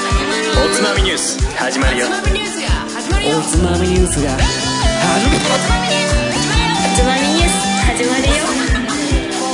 おつまみニュース始まるよおつまみニュースがつまみニュース始まるよ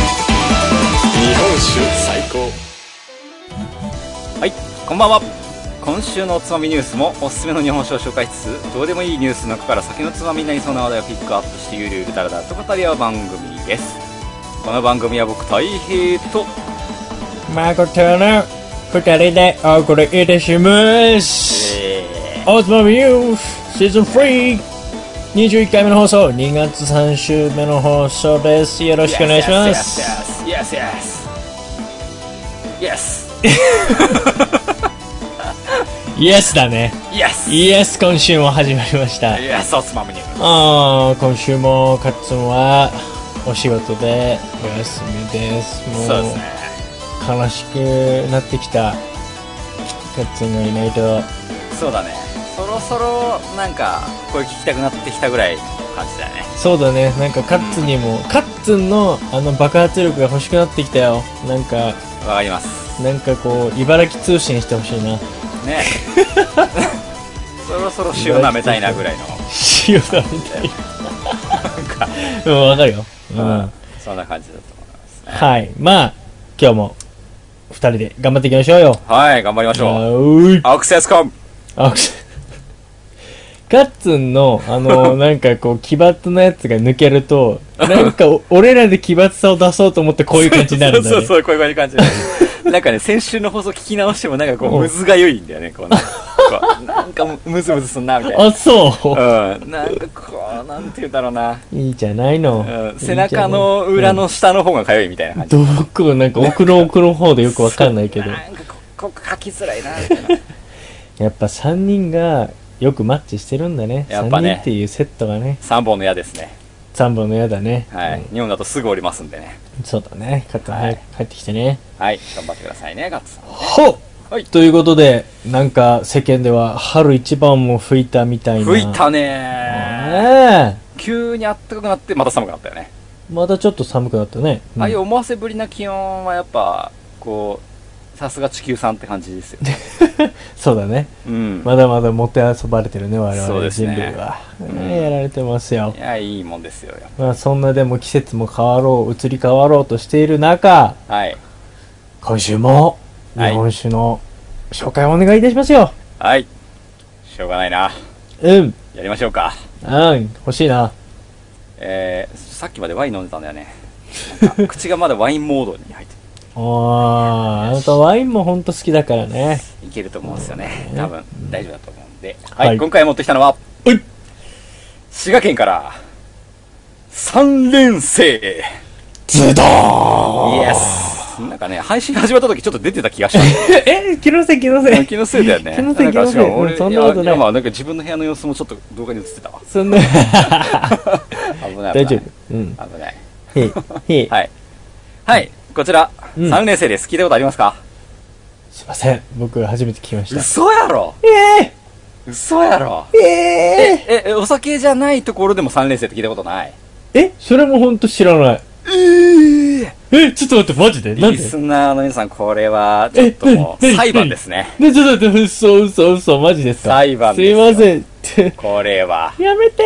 日本酒最高はい、こんばんは。今週のおつまみニュースもおすすめの日本酒を紹介しつつ、どうでもいいニュースの中から先のつまみになりそうな話題をピックアップしてゆるゆるだらだらと語り合う番組です。この番組は僕、大平と、マコトの二人でお送りいたします。えおつまみニュースシーズン 3!21 回目の放送、2月3週目の放送です。よろー、しくお願いします。。 Yes, yes, yes, イエスだね。 yes, yes, イエス、今週も始まりました。 yes, yes, おつまみニュース。あー今週もカッツンはお仕事でお休みです。もそうですね。悲しくなってきた。カッツンがいないと。そうだね。そろそろ、なんか、声聞きたくなってきたぐらいの感じだよね。そうだね、なんかカッツンにも、カッツンのあの爆発力が欲しくなってきたよ。なんか、わかります。なんかこう、茨城通信してほしいな。ねそろそろ塩舐めたいなぐらいの塩だみたいな。うん、わかるよ。ううんん。そんな感じだと思いますねはい。まあ、今日も、二人で頑張っていきましょうよ。はい頑張りましあょうーういアクセスコムあ、く しカッツンの、あの、なんかこう、奇抜なやつが抜けると、なんかお、俺らで奇抜さを出そうと思ってこういう感じになるんだ ね。そうそうそうこういう感じになるなんかね先週の放送聞き直してもなんかこううんむずがゆいんだよねこうなんかこうなんかむずむずすんなみたいあ、そう。なうんなんかこうなんて言うんだろうな、いいじゃないのう。ん、いいじ背ゃない中の裏の下の方がかゆいみたいな感じどこなんか奥の奥の方でよくわかんないけどなんかこここ書きづらいなみたいなやっぱ3人がよくマッチしてるんだねやっぱね3人っていうセットがね3本の矢ですね3本の矢だね、はい、日本だとすぐ折りますんでねそうだねカット早く帰ってきてね、はい頑張ってくださいねガッツさんほっ、はいということでなんか世間では春一番も吹いたみたいな吹いたねねえ急に暖かくなってまた寒くなったよね、またちょっと寒くなったね、うんああいう思わせぶりな気温はやっぱこうさすが地球さんって感じですよねそうだねうん、まだまだもてあそばれてるね我そう々です人ね類は、うんねえやられてますよいやいいもんですよやっまあそんなでも季節も変わろう移り変わろうとしている中ぱはい今週も日はい本酒の紹介をお願いいたしますよ、はいしょうがないなうんやりましょうかうん欲しいなえー、さっきまでワイン飲んでたんだよねなんか口がまだワインモードに入ってあーあなたワインもほんと好きだからねいけると思うんですよね多分大丈夫だと思うんで、ははいい今回持ってきたのはうい滋賀県から三連星ズドーンイエスなんかね、配信始まった時ちょっと出てた気がした。 え気のせい気のせ い気のせいだよね。気のせい気なのんかしせかいも俺、うんそんなこといやないやまあなんか自分の部屋の様子もちょっと動画に映ってた わ。そんな危ない。 大危な丈い夫うん危ない。へいへい、はい。はい、こちら、うん3年生です。聞いたことありますかすいません僕初めて聞きました嘘やろえ嘘やろー、ええ、えお酒じゃないところでも3年生って聞いたことない。ー、えそれもほんと知らないえちょっと待ってマジでなんリでスナーの皆さん、これは、ちょっともう、え何何裁判ですね。ね、ちょっと待って、嘘嘘嘘、マジですか裁判ですすいよません。 ってこれは。やめて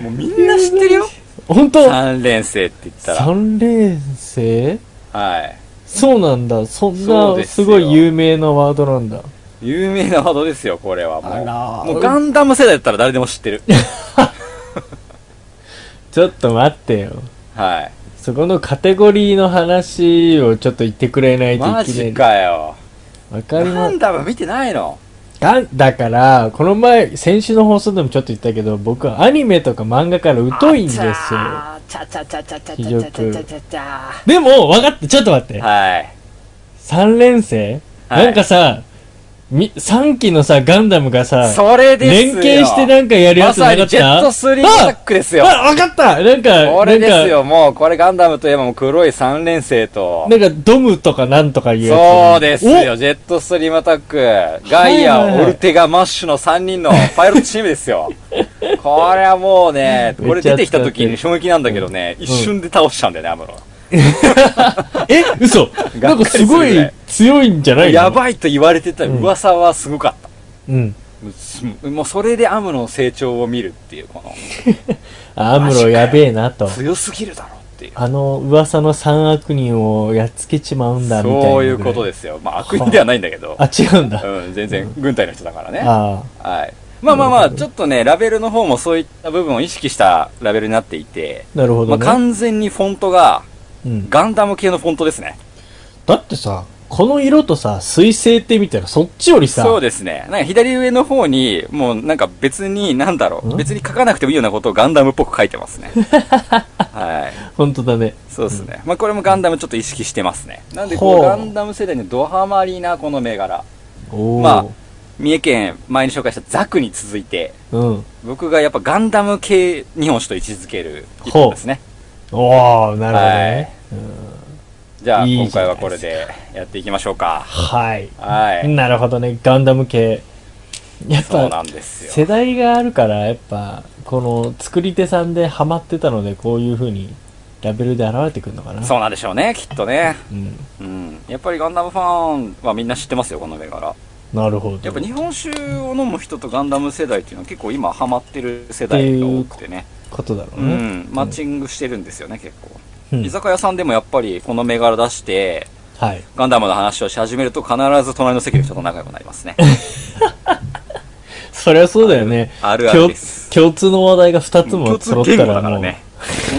もうみんな知ってるよ。本当3連生って言ったら。三連星はい。そうなんだ。そんそうでな、すすよごい有名なワードなんだ。有名なワードですよ、これはもう。あらーもうガンダム世代だったら誰でも知ってる。ちょっと待ってよ。はそこのカテゴリーの話をちょっと言ってくれないい。とマいけジない。かよ。わかガりまンダム見てないのガンだから、この前、先週の放送でもちょっと言ったけど、僕はアニメとか漫画から疎いんですよ。あちゃちゃちゃちゃちゃちゃちゃちゃちゃちゃでも、分かって、ちょっと待って。はい。三連星、はいなんかさ、み3機のさ、ガンダムがさ、それです連よ携してなんかやるやつなかまさにっジェッたトスリータックですよあ、あわかったなんか、これですなんか、よ、もう、これガンダムといえばもう黒い3連星と。なんかドムとかなんとかいうやつ。そうですよ、お。ジェットストリームアタック、ガイア、はいはいはいオルテガ、マッシュの3人のパイロットチームです よ。これはもうね、これ出てきた時に衝撃なんだけどね、一瞬で倒しちゃうんだよね、アムロ。え、嘘 がなっかりんかすするぐごらいい強いんじゃないのやばいと言われてた噂はすごかった。うん。もうそれでアムロの成長を見るっていう、この、あアムロやべえなと。強すぎるだろうっていう。あの噂の三悪人をやっつけちまうんだみたいな。そういうことですよ。まあ悪人ではないんだけど、あ、違うんだ。うん、全然軍隊の人だからね。あはい。まあまあまあ、ちょっとね、ラベルの方もそういった部分を意識したラベルになっていて、あ、なるほまどあ、ね、完全にフォントがうん。ガンダム系のフォントですね。だってさ、この色とさ、水星って見たらそっちよりさ、そうですね。なんか左上の方に、もうなんか別に、なんだろう、ん別に書かなくてもいいようなことをガンダムっぽく書いてます ね。はい。本当だね。そうですね。まあこれもガンダムちょっと意識してますね。なんでこほううガンダム世代にドハマりなこの銘柄。おお、まあ、三重県前に紹介したザクに続いて、うん。僕がやっぱガンダム系日本史と位置づける一本ですね。おおなるほどね。じゃあ、いいじゃない今回はこれでやっていきましょうか。はい、はい。なるほどね。ガンダム系。やっそうなぱん、です世よ。代があるから、やっぱ、この作り手さんでハマってたので、こういう風にラベルで現れてくるのかな。そうなんでしょうね、きっとね。う。ん。うん。やっぱりガンダムファンはみんな知ってますよ、この銘柄。なるほど。やっぱ日本酒を飲む人とガンダム世代っていうのは結構今ハマってる世代が多くてね。ことだろううね。ん。マッチングしてるんですよね、結構。うん居酒屋さんでもやっぱりこの銘柄出して、はい。ガンダムの話をし始めると必ず隣の席の人と仲良くなり ますね。そりゃそうだよね。あるあるです共共通の話題が2つも共通揃っ言た語だらかもらう。ね。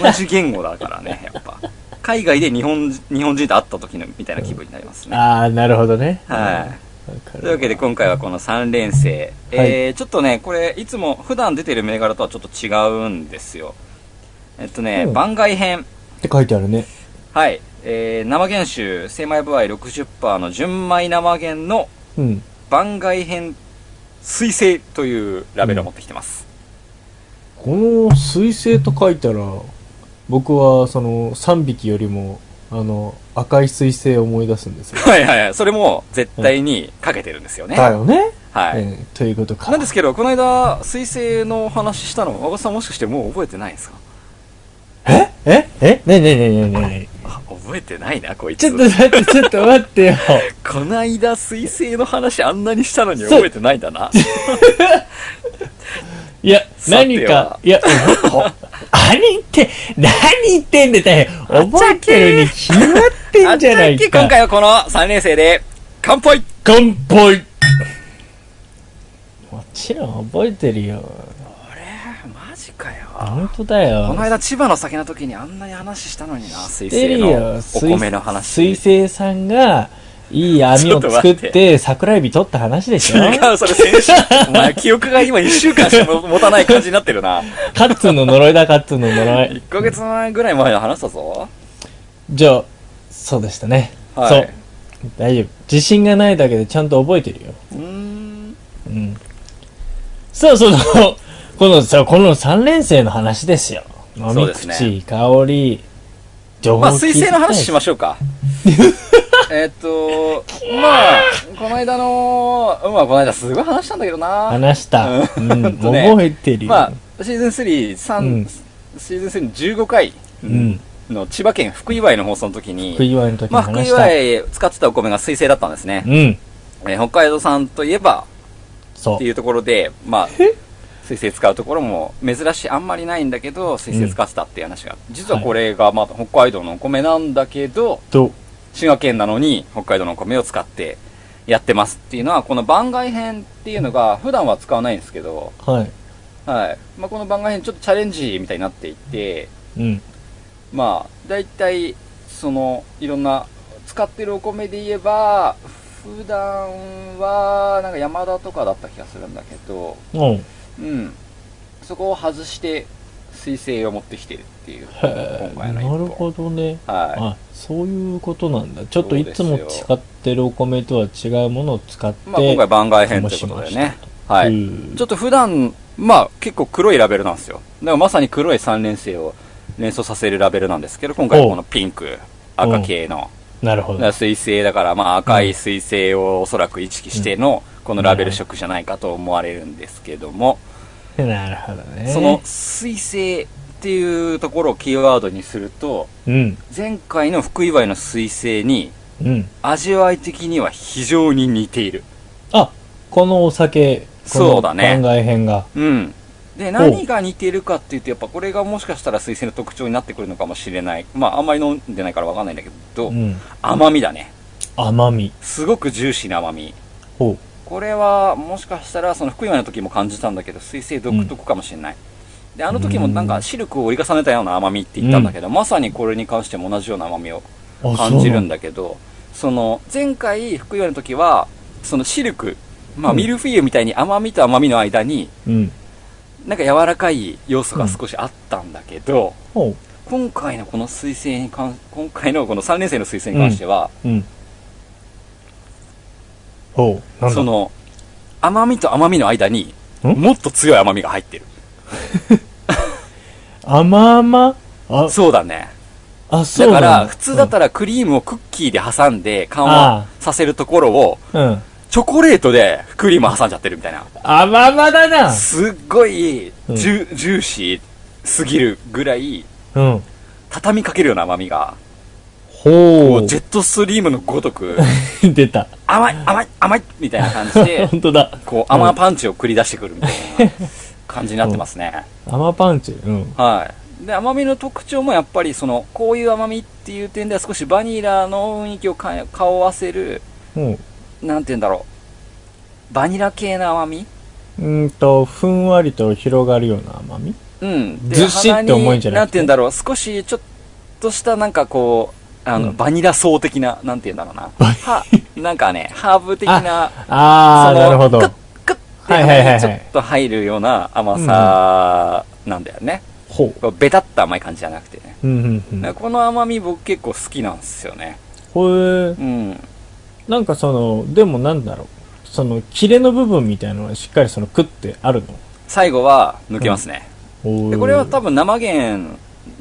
同じ言語だからね、やっぱ。海外で日本人日本人と会った時のみたいな気分になりますね。ああ、なるほどね。。はいわい。かるというわけで今回はこの3連星。えー、ちょっとね、これ、いつも普段出てる銘柄とはちょっと違うんですよ。えっとね、うん番外編。って書いてあるね。はい。えー、生原酒、精米部合60%の純米生原のうん。番外編水星というラベルを持ってきてます。この水星と書いたら、僕はその3匹よりも、あの、赤い水星を思い出すんですよ。 はいはいはい。それも絶対にかけてるんですよね。だよね。はい。ええということか。なんですけど、この間、水星のお話ししたの、和田さんもしかしてもう覚えてないんですかえええねえねえねえねえねえねえあ、覚えてないな、こいつ。ちょっと待って、ちょっと待 ってよ。こないだ水星の話あんなにしたのに覚えてないんだな。いや、さて何はか、いや、お何言って、何言ってんだよ。覚えてるに決まってんじゃないあっちゃけ今か。回はこの3年生で、乾杯乾杯もちろん覚えてるよ。マジかよ。本当だこよの。間千葉の酒の時にあんなに話したのにな、水知って星るのよ。お米の水話。 星さんが、いい網を作っちょっと待ってて、桜エビ取った話でしょ違う、それ 先週。お前、記憶が今1週間しか持たない感じになってるな。カッツンの呪いだ、カッツンの呪い。 1ヶ月前ぐらい前の話だぞ。じゃあ、そうでしたね。はいそう。大丈夫。自信がないだけでちゃんと覚えてるよ。うーん。うん。さあ、その、このさ、この三連星の話ですよ。飲そうみですね口、香り、情報まあ、水星の話しまししょう か。えっと、まあ、この間の、まあ、この間すごい話したんだけどょな。話した。うん うん。ほんとね覚えてるよ。まあ、シーズン3、三うんシーズン3の15回うん。の千葉県福岩井の放送の時に、福祝いの時にまあ、福話した。岩井使ってたお米が水星だったんですね。うん。えー北海道産といえばそっていうところで、まあ、水星使うところも珍しい、あんまりないんだけど、水星使ってたっていう話が、実はこれがまだ北海道のお米なんだけど、う。と、滋賀県なのに北海道のお米を使ってやってますっていうのはこの番外編っていうのが普段は使わないんですけど、はい。はいまあ、この番外編ちょっとチャレンジみたいになっていてうん。まあ大体そのいろんな使ってるお米で言えば普段はなんか山田とかだった気がするんだけどうん。うんそこを外して彗星を持ってきてるっていうへ今回のえな一本るほどねはあそういうことなんだちょっといつもそうですよ使ってるお米とは違うものを使ってい、まあ、今回番外編ということでねはういんちょっと普段まあ結構黒いラベルなんですよだからまさに黒い三連星を連想させるラベルなんですけど今回はこのピンク赤系のなるほだからど水星だから、まあ、赤い水星をおそらく意識しての、このラベル色じゃないかと思われるんですけども、なるほどねその水星っていうところをキーワードにすると、うん前回の福祝いの水星に、うん味わい的には非常に似ている。あこのお酒このそうだね番外編がうん。で、何が似てるかっていうと、やっぱこれがもしかしたら水星の特徴になってくるのかもしれない。まあ、あんまり飲んでないからわかんないんだけど、うん甘みだね。甘みすごくジューシーな甘み。ほこれはもしかしたらその福井の時も感じたんだけど水星独特かもしれない、であの時もなんかシルクを折り重ねたような甘みって言ったんだけど、まさにこれに関しても同じような甘みをうあ感じるんだだけどその前回福井の時はそのシルクまあうんミルフィーユみたいに甘みと甘みの間にうんなんか柔らかい要素が少しあったんだけど、ほ今回のこの水星に関今回のこの3年生の水星に関しては、ううんほうなんだその甘みと甘みの間にんもっと強い甘みが入ってる甘々あそうだねあそだうかなんら、普通だったららクリームをクッキーで挟んで緩あ和あさせるところを、うんチョコレートでクリームを挟んじゃってるみたいな。甘々だなすっごいジうんュ,、ジューシーすぎるぐらい、うん畳みかけるような甘みが、ほこううジェットストリームのごと く、出た甘い、甘い、甘いみたいな感じ で、本当だこう甘パンチを繰り出してくるみたいな感じになってますね。甘パンチうんはい。で、甘みの特徴もやっぱり、その、こういう甘みっていう点では少しバニラの雰囲気をか顔合わせる、うんなんて言うんだろう。バニラ系の甘みうーんとふんわりと広がるような甘みうん。でずっしりと重いんじゃ鼻なくてにんて言うんだろう。少しちょっとしたなんかこう、あの、うんバニラ層的な、なんて言うんだろうな。は、なんかね、ハーブ的な、ああそのなるほどクックッって、はいはいはいはいちょっと入るような甘さなんだよね。ほこうベタっと甘い感じじゃなくてね。ううんうんうんだからこの甘み僕結構好きなんですよね。ほえうん。なんかそのでもなんだろうその切れの部分みたいなのはしっかりそのクッてあるの最後は抜けますね。ほうでこれは多分生源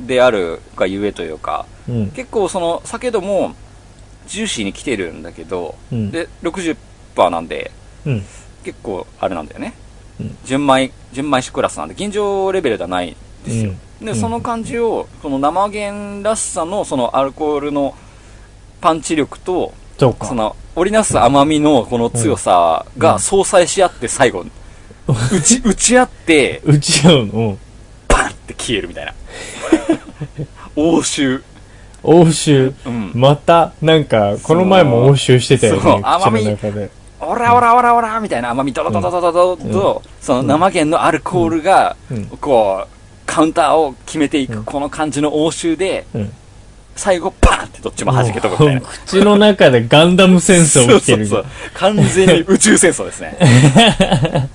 であるがゆえというか、うん結構その酒どもジューシーに来てるんだけど、うんで60%なんでうん結構あれなんだよね、うん純米純米酒クラスなんで現状レベルではないですよ、うでんその感じをこの生源らしさのそのアルコールのパンチ力とそうかその織りなす甘みのこの強さうがん相殺し合って最後打ち打ち合って打ち合うのパンって消えるみ たいな応酬欧州うんまたなんかこの前も欧州してたよねそう口の中でオラオラオラオラみたいな甘みドロドロドロドロと、その生源のアルコールが、うんこう、カウンターを決めていうく、んこの感じの応酬で、うん最後、パーンってどっちも弾けとくみたいもな。う口の中でガンダム戦争起きてるそうそうそう完全に宇宙戦争ですね。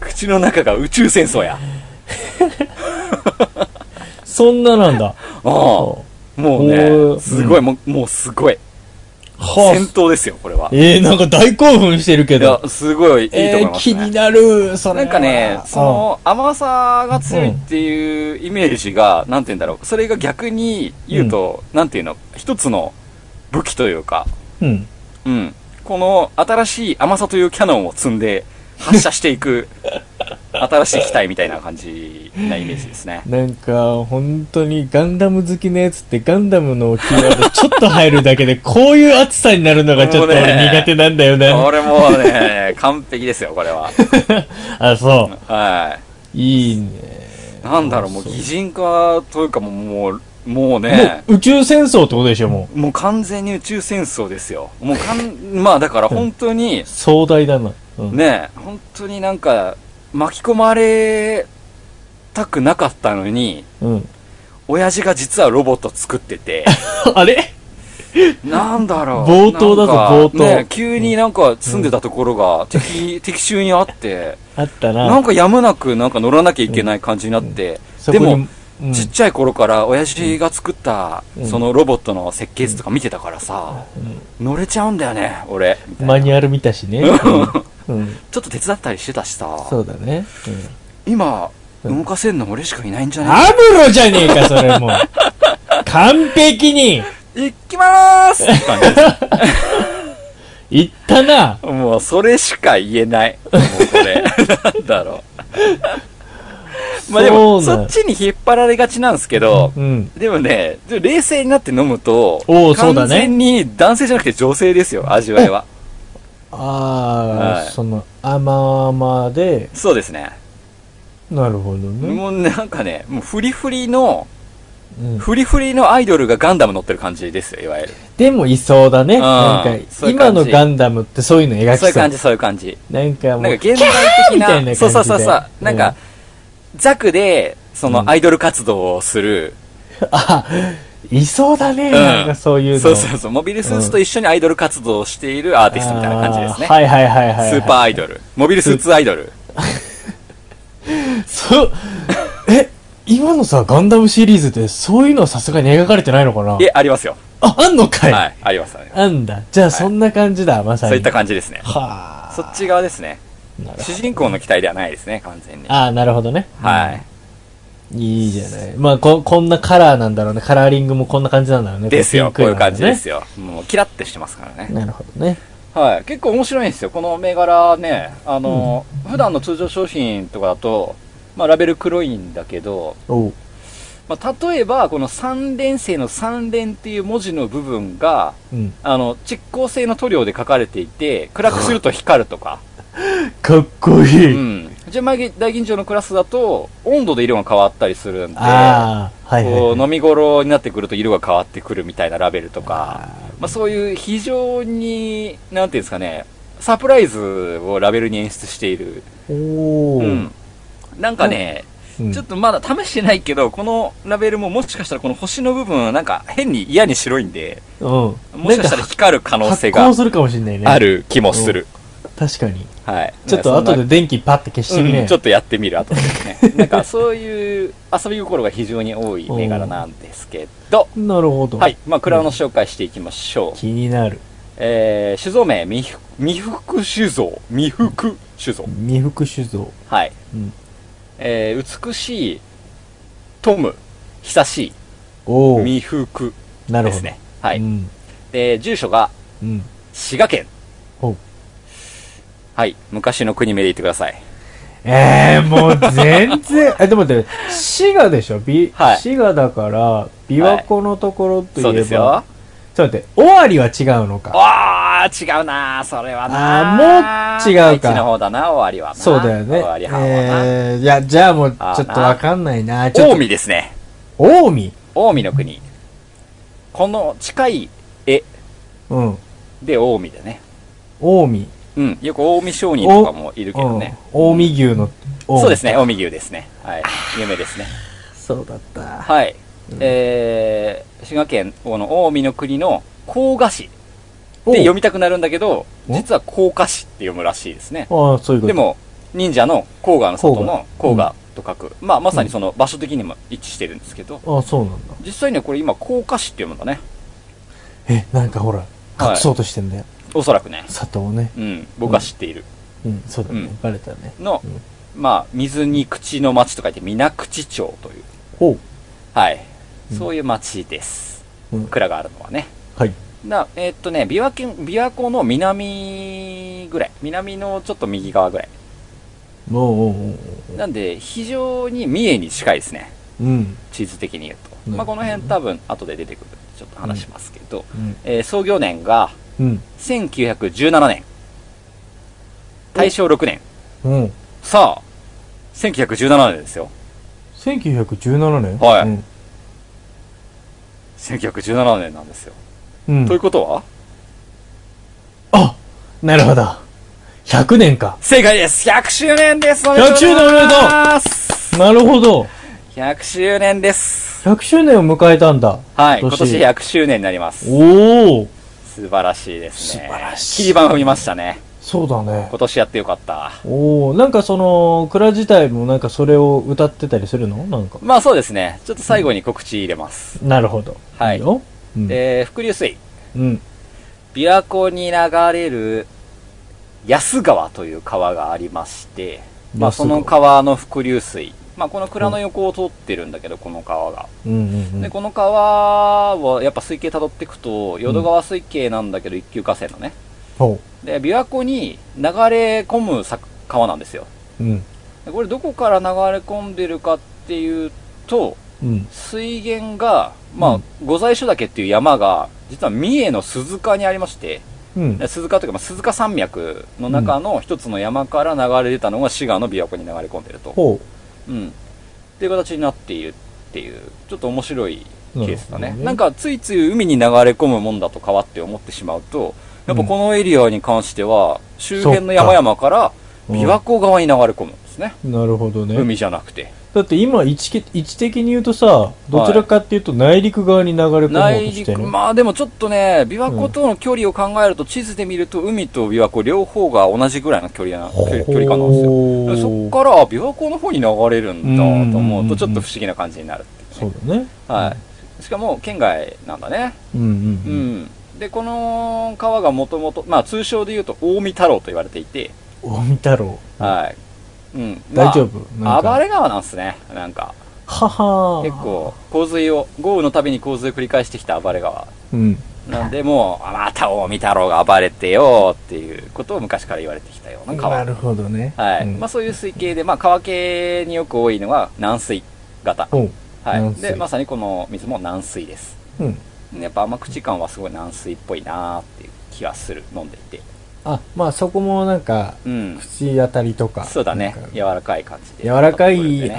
口の中が宇宙戦争や。そんななんだうんもうおーね、すごい、もうもうすごい。戦はあ闘ですよ、これは。いえー、なんか大興奮してるけどや、すごいいいとえ思いー、ます気ね。になるそれなはんかね、その甘さが強いっていうイメージが、なんて言うんだろう。それが逆に言うと、なんていうの、一つの武器というか、うんうんうん。この新しい甘さというキャノンを積んで発射してい く、新しい機体みたいな感じなイメージですね。なんか、本当にガンダム好きなやつってガンダムのキーワードちょっと入るだけで、こういう熱さになるのがちょっともう俺ね苦手なんだよね。これもうね、完璧ですよ、これは。あ、そはう。いいね。い。なんだろう、もう擬人化というかもう、もう、もうね、宇宙戦争ってことでしょ、もう。もう完全に宇宙戦争ですよ。もうかん、まあだから本当に、壮大だな。うん。ねえ本当になんか巻き込まれたくなかったのに うん、親父が実はロボット作って てあれなんだろう冒頭だぞなんか冒頭ねえ急になんか住んでたところが敵,、敵襲にあってあったな。なんかやむなくなんか乗らなきゃいけない感じになって、そでこもにうんちっちゃい頃から親父が作った、うんそのロボットの設計図とか見てたからさ、乗れちゃうんだよね、俺。みたいなマニュアル見たしね。うんうんちょっと手伝ったりしてたしさ、そうだね。うん今、うん動かせんの俺しかいないんじゃないアムロじゃねえか、それもう。完璧に行きまーすって感じです言ったな。 もうそれしか言えない。もうこ れ。なんだろう。まあでも、そうそなんっちに引っ張られがちなんですけど、うん。でもね、でも冷静になって飲むと、おーそうだ完ね全に男性じゃなくて女性ですよ、味わいは。ああ、はいその、甘々で、そうですね。なるほどね。もうなんかね、もうフリフリの、うん、フリフリのアイドルがガンダム乗ってる感じですよ、いわゆる。でもいそうだね。うんなんかそう、いう今感じのガンダムってそういうの描そういきう感さじ、。そういう感じ。なんかもなんう、か現代的みたいなな、感じでそうそうそうそう、うんなんか、ザクで、そのアイドル活動をする、あ、いそうだね。んなんかそういうの。そうそうそう、モビルスーツと一緒にアイドル活動をしているアーティストみたいな感じですね。あーはいはいはいはいはい。スーパーアイドル。モビルスーツアイドル。そう、 え、今のさ、ガンダムシリーズってそういうのはさすがに描かれてないのかなえ、ありますよ。あ、あんのかい、はい、あります、あります。あんだ。じゃあそんな感じだ、まさそうに。いった感じですね。はあ。そっち側ですね。なるほ主ど。人公の期待ではないですね、完全に。ああ、なるほどね。。はいいいじゃない。まあ、こ、こんなカラーなんだろうね。カラーリングもこんな感じなんだろうね。い。ですよ、こういう感じですよ。よ。もう、キラッてしてますからね。なるほどね。はい。結構面白いんですよ。この銘柄ね、あの、普段の通常商品とかだと、まあ、ラベル黒いんだけど、おう。まあ、例えば、この三連星の三連っていう文字の部分が、うん。あの、蓄光性の塗料で書かれていて、暗くすると光るとか。かっこいい。うん。じゃあ、前大吟醸のクラスだと、温度で色が変わったりするんで、ああ、はいはいはい、こう飲み頃になってくると色が変わってくるみたいなラベルとか、あまあ、そういう非常に、なんていうんですかね、サプライズをラベルに演出している。ーおうーん。なんかね、うんちょっとまだ試してないけど、このラベルももしかしたらこの星の部分、なんか変に嫌に白いんで、うん。もしかしたらなん光る可能発性が光するかもしれないね。あ。る気もする。確かに。はい。ちょっとなんかそ後でんな電気パッて消してみね。うんちょっとやってみる後ですね。なんかそういう遊び心が非常に多い銘柄なんですけど、なるほど。はい。まあ、蔵の紹介していきましょう。気になる。えー、酒造名、未福未福酒造。未福酒造。未服酒造。はい。うん。えー、美しい、トム、久しい、おお。未福なるでほすど。ね。はうい。ん。で、住所がうん。滋賀県。ほう。はい。昔の国名で言ってください。ええー、もう全然。え、でも待って、滋賀でしょび、はい滋賀だから、琵琶湖のところといえば、そうですよ。ちょっと待って、尾張は違うのか。あー、違うなー、それはなあーもう違うか愛知の方だな、終わりはな。そうだよね。終わりはな。えー、いや、じゃあもう、ちょあーっとわかんないな。ちょっ近と、江ですね。近江近江の国。この近い絵うん。で近江でね。近江。うん。よく近江商人とかもいるけどね。うん。近江牛の、近江そうですね、近江牛ですね。はい。有名ですね。そうだった。はい。えー、滋賀県、この近江の国の甲賀市おうで読みたくなるんだけど、お実は甲賀市って読むらしいですね。ああ、そういうこと。で、も、忍者の甲賀の外の甲甲賀賀と書く。まあ、まさにその場所的にも一致してるんですけど、ああ、そうなんだ。実際にはこれ今、甲賀市って読むんだね。え、なんかほら、はい隠そうとしてんだよ。おそらくね。砂糖ね。うん。僕は知っている。うん、そうだうねん。バレたね。の、まあ、水に口の町と書いて、水口町という。ほう。はい。そういう町です。うん蔵があるのはね。はい。なえーっとね、琵琶県、琵琶湖の南ぐらい。南のちょっと右側ぐらい。おうおうおうおうなんで、非常に三重に近いですね。うん。地図的に言うと。うんまあ、この辺多分後で出てくるんで、ちょっと話しますけど、うんえー創業年がうん。 1917年。大正6年。うん。さあ、1917年ですよ。 1917年はいうん1917年なんですよ。うん。ということはあなるほど。100年か。正解です。100周年です。おめでとうござい100周年おめでとうますなるほど。 100周年です。 100周年を迎えたんだ。はい、今今年年100周年になります。おお素晴らしいですね。素晴らしい切り板踏みましたね。そうだね今年やってよかったおおなんかその蔵自体もなんかそれを歌ってたりするのなんかまあそうですねちょっと最後に告知入れます、なるほどはいようん、えー、伏流水うん、琵琶湖に流れる安川という川がありまして、まあ、安そ川の川の伏流水、まあ、この蔵の横を通ってるんだけど、この川が。うんうんうで、んこの川はやっぱ水系辿っていくと、淀川水系なんだけど、一級河川のね。ほで、琵琶湖に流れ込むさ川なんですよ。ううんでこれどこから流れ込んでるかっていうと、うん水源が、まあ、うん御在所岳っていう山が、実は三重の鈴鹿にありまして、うんで鈴鹿というか、まあ、鈴鹿山脈の中の一つの山から流れ出たのが滋賀の琵琶湖に流れ込んでると。ほうん。っていう形になっているっていう、ちょっと面白いケースだなねるほ。どねなんか、ついつい海に流れ込むもんだと川って思ってしまうと、やっぱこのエリアに関しては、周辺の山々からうん琵琶湖側に流れ込むんですね。うなるほどね海じゃなくて。だって今位置け位置的に言うとさどちらかっていうと内陸側に流れ込もう内として陸、る、まあでもちょっとね、琵琶湖との距離を考えると、地図で見ると海と琵琶湖両方が同じぐらいの距離な、距離距離感なんですよ。よそこから琵琶湖の方に流れるんだと思ううんうんうんうとんちょっと不思議な感じになるっていうねそうだねはい、しかも県外なんだね、うんうんううんん、でこの川がもともと通称でいうと近江太郎と言われていて、近江太郎はいうん大丈夫まなあんか暴れ川なんですねなんかはは結構洪水を豪雨のたびに洪水を繰り返してきた暴れ川うんなんでもうあまた近江太郎が暴れてよっていうことを昔から言われてきたような川なるほどねはいうんまあ、そういう水系で、まあ、川系によく多いのが軟水型、おうはい、軟水でまさにこの水も軟水ですうんやっぱ甘口感はすごい軟水っぽいなーっていう気がする飲んでいてあまあそこもなんかうん口当たりとかそうだねなんか柔らかい感じで柔らかところでいね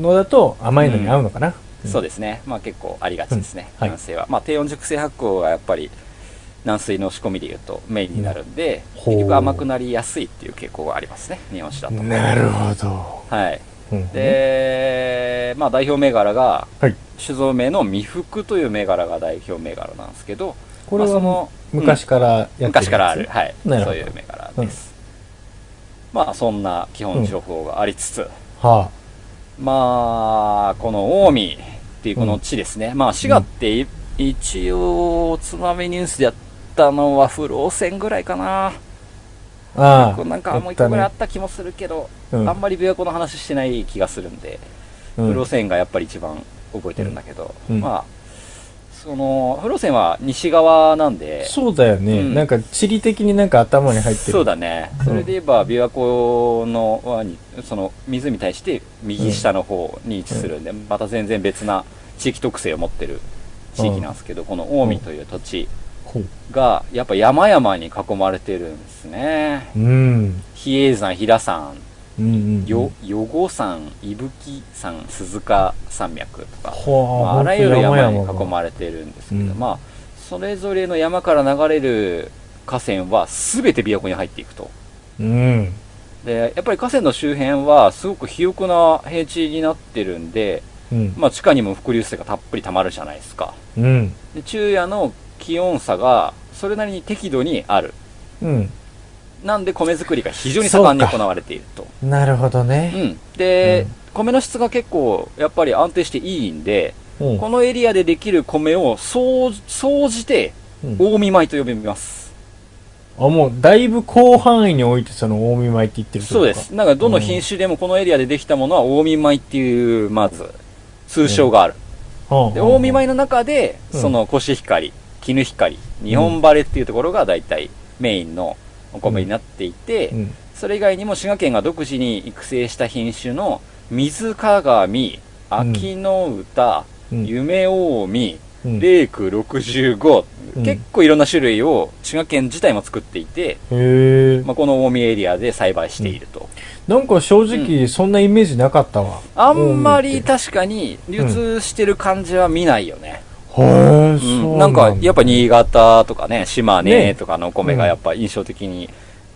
あのだと甘いのに合うのかな、そうでですねまあ結構ありがちですね、うんはい軟水は、まあ、低温熟成発酵がやっぱり軟水の仕込みでいうとメインになるんで、うん結ほ局う甘くなりやすいっていう傾向がありますね日本酒だと、なるほど、はいうん、で、まあ、代表銘柄が、はい酒造名の未服という銘柄が代表銘柄なんですけど、これまあはそのもう昔からやってるやつ昔からある、はい、なるほそどういう銘柄です。まあ、そんな基本情報がありつつ、はまあ、この近江っていうこの地ですね、まあ、滋賀ってい、一応、つまみニュースでやったのは不老船ぐらいかな。あああなんかもう一個ぐらいあった気もするけど、うんあんまり琵琶湖の話してない気がするんで、うんフロセンがやっぱり一番覚えてるんだけど、うんまあ、その、フロセンは西側なんで、そうだよね、うんなんか地理的になんか頭に入ってるそうだね。それで言えば、琵琶湖の輪に、その、水に対して右下の方に位置するんで、また全然別な地域特性を持ってる地域なんですけど、この近江という土地ほうが、やっぱ山々に囲まれてるんですね。うん比叡山、飛騨山、うんうんよ、余呉山、伊吹山、鈴鹿山脈とか、まほあ、あらゆる山に囲れまれてるんですけど、うんまあ、それぞれの山から流れる河川は全て琵琶湖に入っていくと。うんで、やっぱり河川の周辺はすごく肥沃な平地になってるんで、うんまあ、地下にも伏流水がたっぷり溜まるじゃないですか。うんで、昼夜の気温差がそれなりに適度にある。うんなんで米作りが非常に盛んに行われていると。なるほどうね、ん。で、うん米の質が結構やっぱり安定していいんで、うんこのエリアでできる米を総総じてうん近江米と呼びます。あもうだいぶ広範囲においてその近江米って言ってるってそこうとでかす。なんかどの品種でもこのエリアでできたものは近江米っていう、まず、通称がある。はあで、はあ近江米の中で、うんそのコシヒカリ、絹ヒカリ、日本バレっていうところが大体メインのお米になっていて、うんそれ以外にも滋賀県が独自に育成した品種の水鏡、秋の歌、うん夢近江、うんレイク65、うん結構いろんな種類を滋賀県自体も作っていて、へえまあ、この近江エリアで栽培していると、なんか正直そんなイメージなかったわあんまり近江って確かに流通してる感じは見ないよね、へえうそんうななんんかだやっぱ新潟とかね島根ねとかのお米がやっぱ印象的に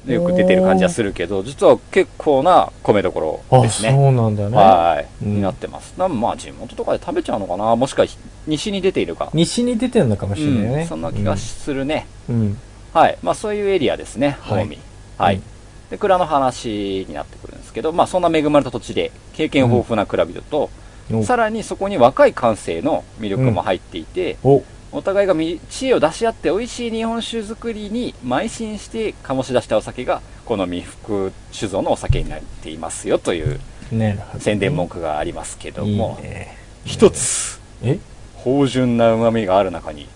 よく出てる感じはするけど実は結構な米どころあですそねうなんだねはい、うんになってますなんまあ地元とかで食べちゃうのかなもしくは西に出ているか、西に出てるのかもしれないよね、うんそんな気がするね、うんはいまあそういうエリアですねは近江、いはい。で、蔵の話になってくるんですけど、まあ、そんな恵まれた土地で、経験豊富な蔵人と、おさらにそこに若い感性の魅力も入っていて、おお互いがみ知恵を出し合って美味しい日本酒作りに邁進して醸し出したお酒がこの未福酒造のお酒になっていますよというなるほど宣伝文句がありますけどいいもね一つえ芳醇な旨味がある中に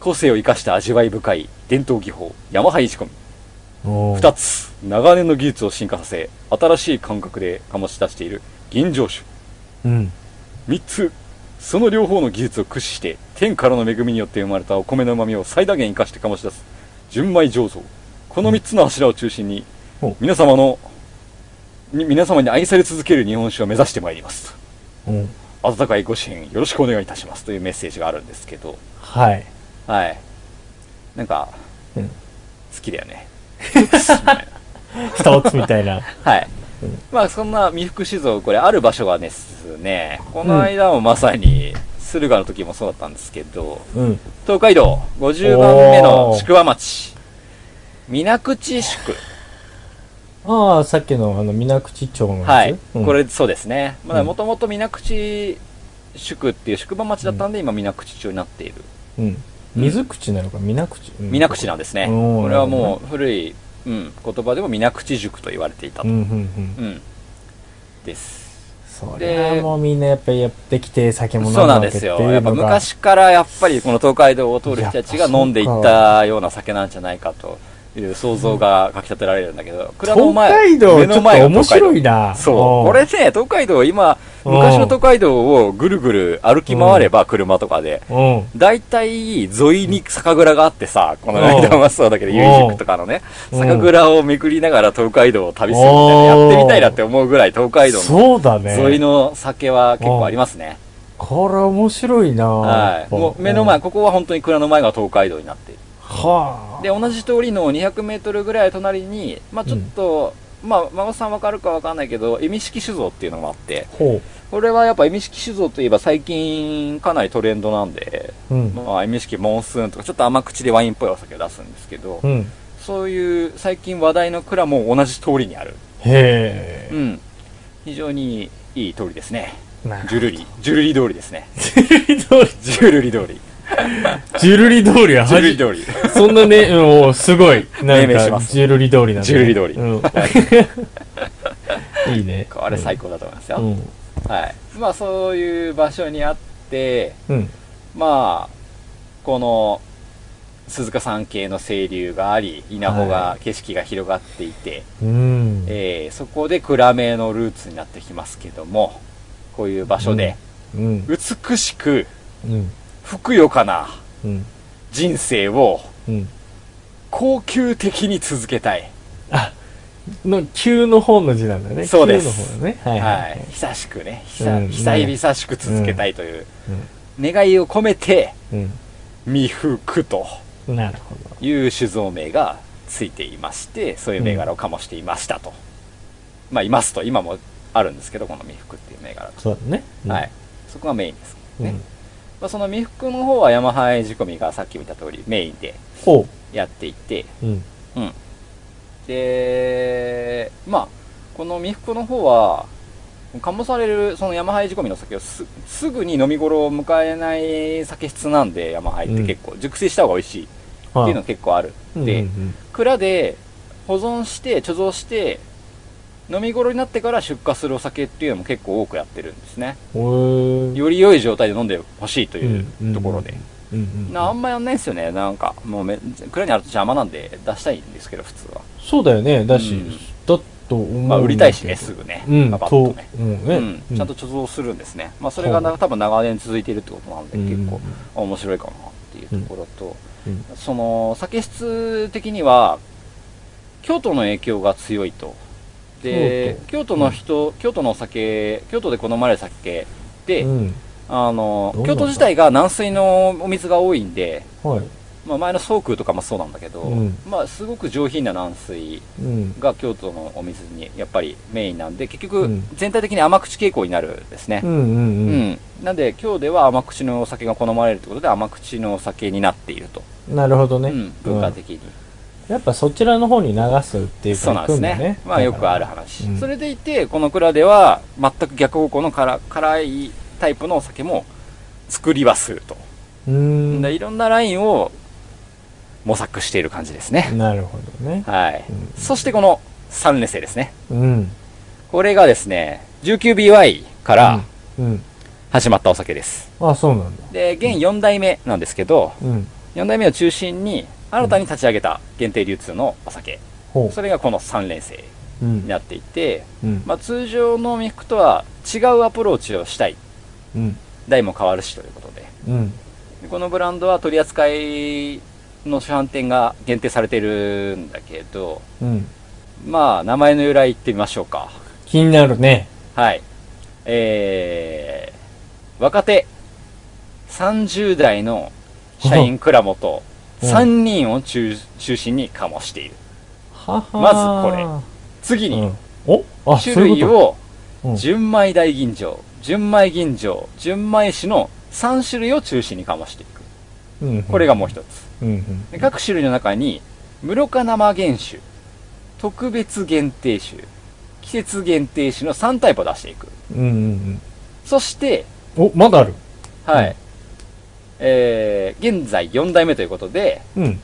個性を生かした味わい深い伝統技法ヤマハイ仕込みお二つ長年の技術を進化させ新しい感覚で醸し出している吟醸酒うん3つその両方の技術を駆使して天からの恵みによって生まれたお米の旨味を最大限生かして醸し出す純米醸造この3つの柱を中心にお皆様のに皆様に愛され続ける日本酒を目指してまいりますお温かいご支援よろしくお願いいたしますというメッセージがあるんですけどはいはいなんか、うん好きだよねみたい二オツみた いななはいまあそんな未福酒造これある場所がですねこの間もまさに駿河の時もそうだったんですけど、うん東海道50番目の宿場町水口宿ああさっきのあの水口町のやつはい、うんこれそうですねうんもともと水口宿っていう宿場町だったんで、今水口町になっているうん水口なのか水口うん水口なんですね、おーこれはもう古い、うん、言葉でも水口塾と言われていたと、ううんんうんうんですそりゃもうみんなやっぱりやってきて酒も飲そむうなんわでけってすいうよのがやっぱ昔からやっぱりこの東海道を通る人たちが飲んでいったような酒なんじゃないかという想像がかきたてられるんだけど、蔵の東前海道目ちょのっ前とが面東海道白いなそう。んこれね、東海道、今、うん昔の東海道をぐるぐる歩き回れば、車とかで。うんだいたい沿いに酒蔵があってさ、この間はそうだけど、うんゆいじくとかのね、うん酒蔵を巡りながら東海道を旅するみたいな、おーやってみたいなって思うぐらい東海道そうだの沿いねの酒は結構ありますね。これ面白いなやはい。っぱもう目の前、ここは本当に蔵の前が東海道になっている。はあで、同じ通りの200メートルぐらい隣に、まあちょっと、まあ、孫さんわかるかわかんないけど、意味式酒造っていうのもあって、ほこれはやっぱ、エミ式酒造といえば最近かなりトレンドなんで、ううんまあ、エミ式モンスーンとか、ちょっと甘口でワインっぽいお酒を出すんですけど、うんそういう最近話題の蔵も同じ通りにある。へうん。非常にいい通りですね。えなジュルリ、ジュルリ通りですね。ジュルリ通りジュルリ通り。ジュルリ通りはジュはルリじ通り。そんなねうんおすごいな命ん名しかますジュルリ通りなんだジュルリ通りうんいいね これ最高だと思いますよ。うんはい。まあ、そういう場所にあって、うんまあ、この、鈴鹿山系の清流があり、稲穂が、景色が広がっていて、うんえーそこで暗めのルーツになってきますけども、こういう場所で、うん美しく、うんふくよかなうん人生をうん恒久的に続けたい。の急の方の字なんだねそうです急の方だねはいはいははいい。久しくね、う久ん久々しく続けたいといううん願いを込めて、う未服とんなるほどいう酒造名がついていまして、そういう銘柄を醸していましたと。まあ、いますと、今もあるんですけど、この未服っていう銘柄が。そうだねうんはい。そこがメインですうね。んまあ、その未服の方はヤマハ仕込みがさっき見た通りメインでほやっていて、ううんうん。で、まあ、この未服の方は、醸されるそのヤマハ仕込みの酒をすすぐに飲み頃を迎えない酒質なんで、ヤマハって結構、熟成した方が美味しいってはいうの結構ある。で、うんうん蔵で保存して、貯蔵して、飲み頃になってから出荷するお酒っていうのも結構多くやってるんですね。うん、より良い状態で飲んでほしいといううんところで。うんうんなあんまやんないんですよね、なんか、もうめ蔵にあると邪魔なんで出したいんですけど、普通は。そうだよねだし、うんだと思うまあ、売りたいしね、すぐね、うんパパッととね。思ううね、ん、ちゃんと貯蔵するんですね、まあ、それがなほ多分長年続いているってことなんで、うん結構面白いかなっていうところと、うんその酒質的には、京都の影響が強いと、で京都の人、京都のお酒、京都で好まれる酒で、うんあのどうなん京だ都自体が軟水のお水が多いんで、はいまあ、前の宗空とかもそうなんだけど、うんまあ、すごく上品な軟水うんが京都のお水にやっぱりメインなんで結局うん全体的に甘口傾向になるんですねうんう、んうんうん、なんで今日では甘口のお酒が好まれるということで甘口のお酒になっていると、なるほどね、うん文化的に、やっぱそちらの方に流すっていうそうなんでかす行くだねまあよくあるだか話、うんそれでいてこの蔵では全く逆方向の辛辛いタイプのお酒も作りはすると、らうーんでいろんなラインを模索している感じですね、なるほどねはい、うんそしてこのサンレセですねうんこれがですね 19BY からうん始まったお酒です、あそうなんだで現4代目なんですけどうん4代目を中心に新たに立ち上げた限定流通のお酒ほそれがこの3連星ううにんなっていて、うんまあ、通常のミックとは違うアプローチをしたいうん代も変わるしということでうんでこのブランドは取り扱いの市販店が限定されてるんだけどうんまあ名前の由来言ってみましょうか気になるねはいえー、若手30代の社員蔵元うん3人を中中心に醸しているははま次にこれおあ種そうい類うこをとうん純米大吟醸純米吟醸純米酒の3種類を中心に醸していくうんこれがもう一つうんうんで各種類の中に室賀生原酒特別限定酒季節限定酒の3タイプを出していくうんうんそしてうんおまだあるはい、うんえー、現在4代目ということでうん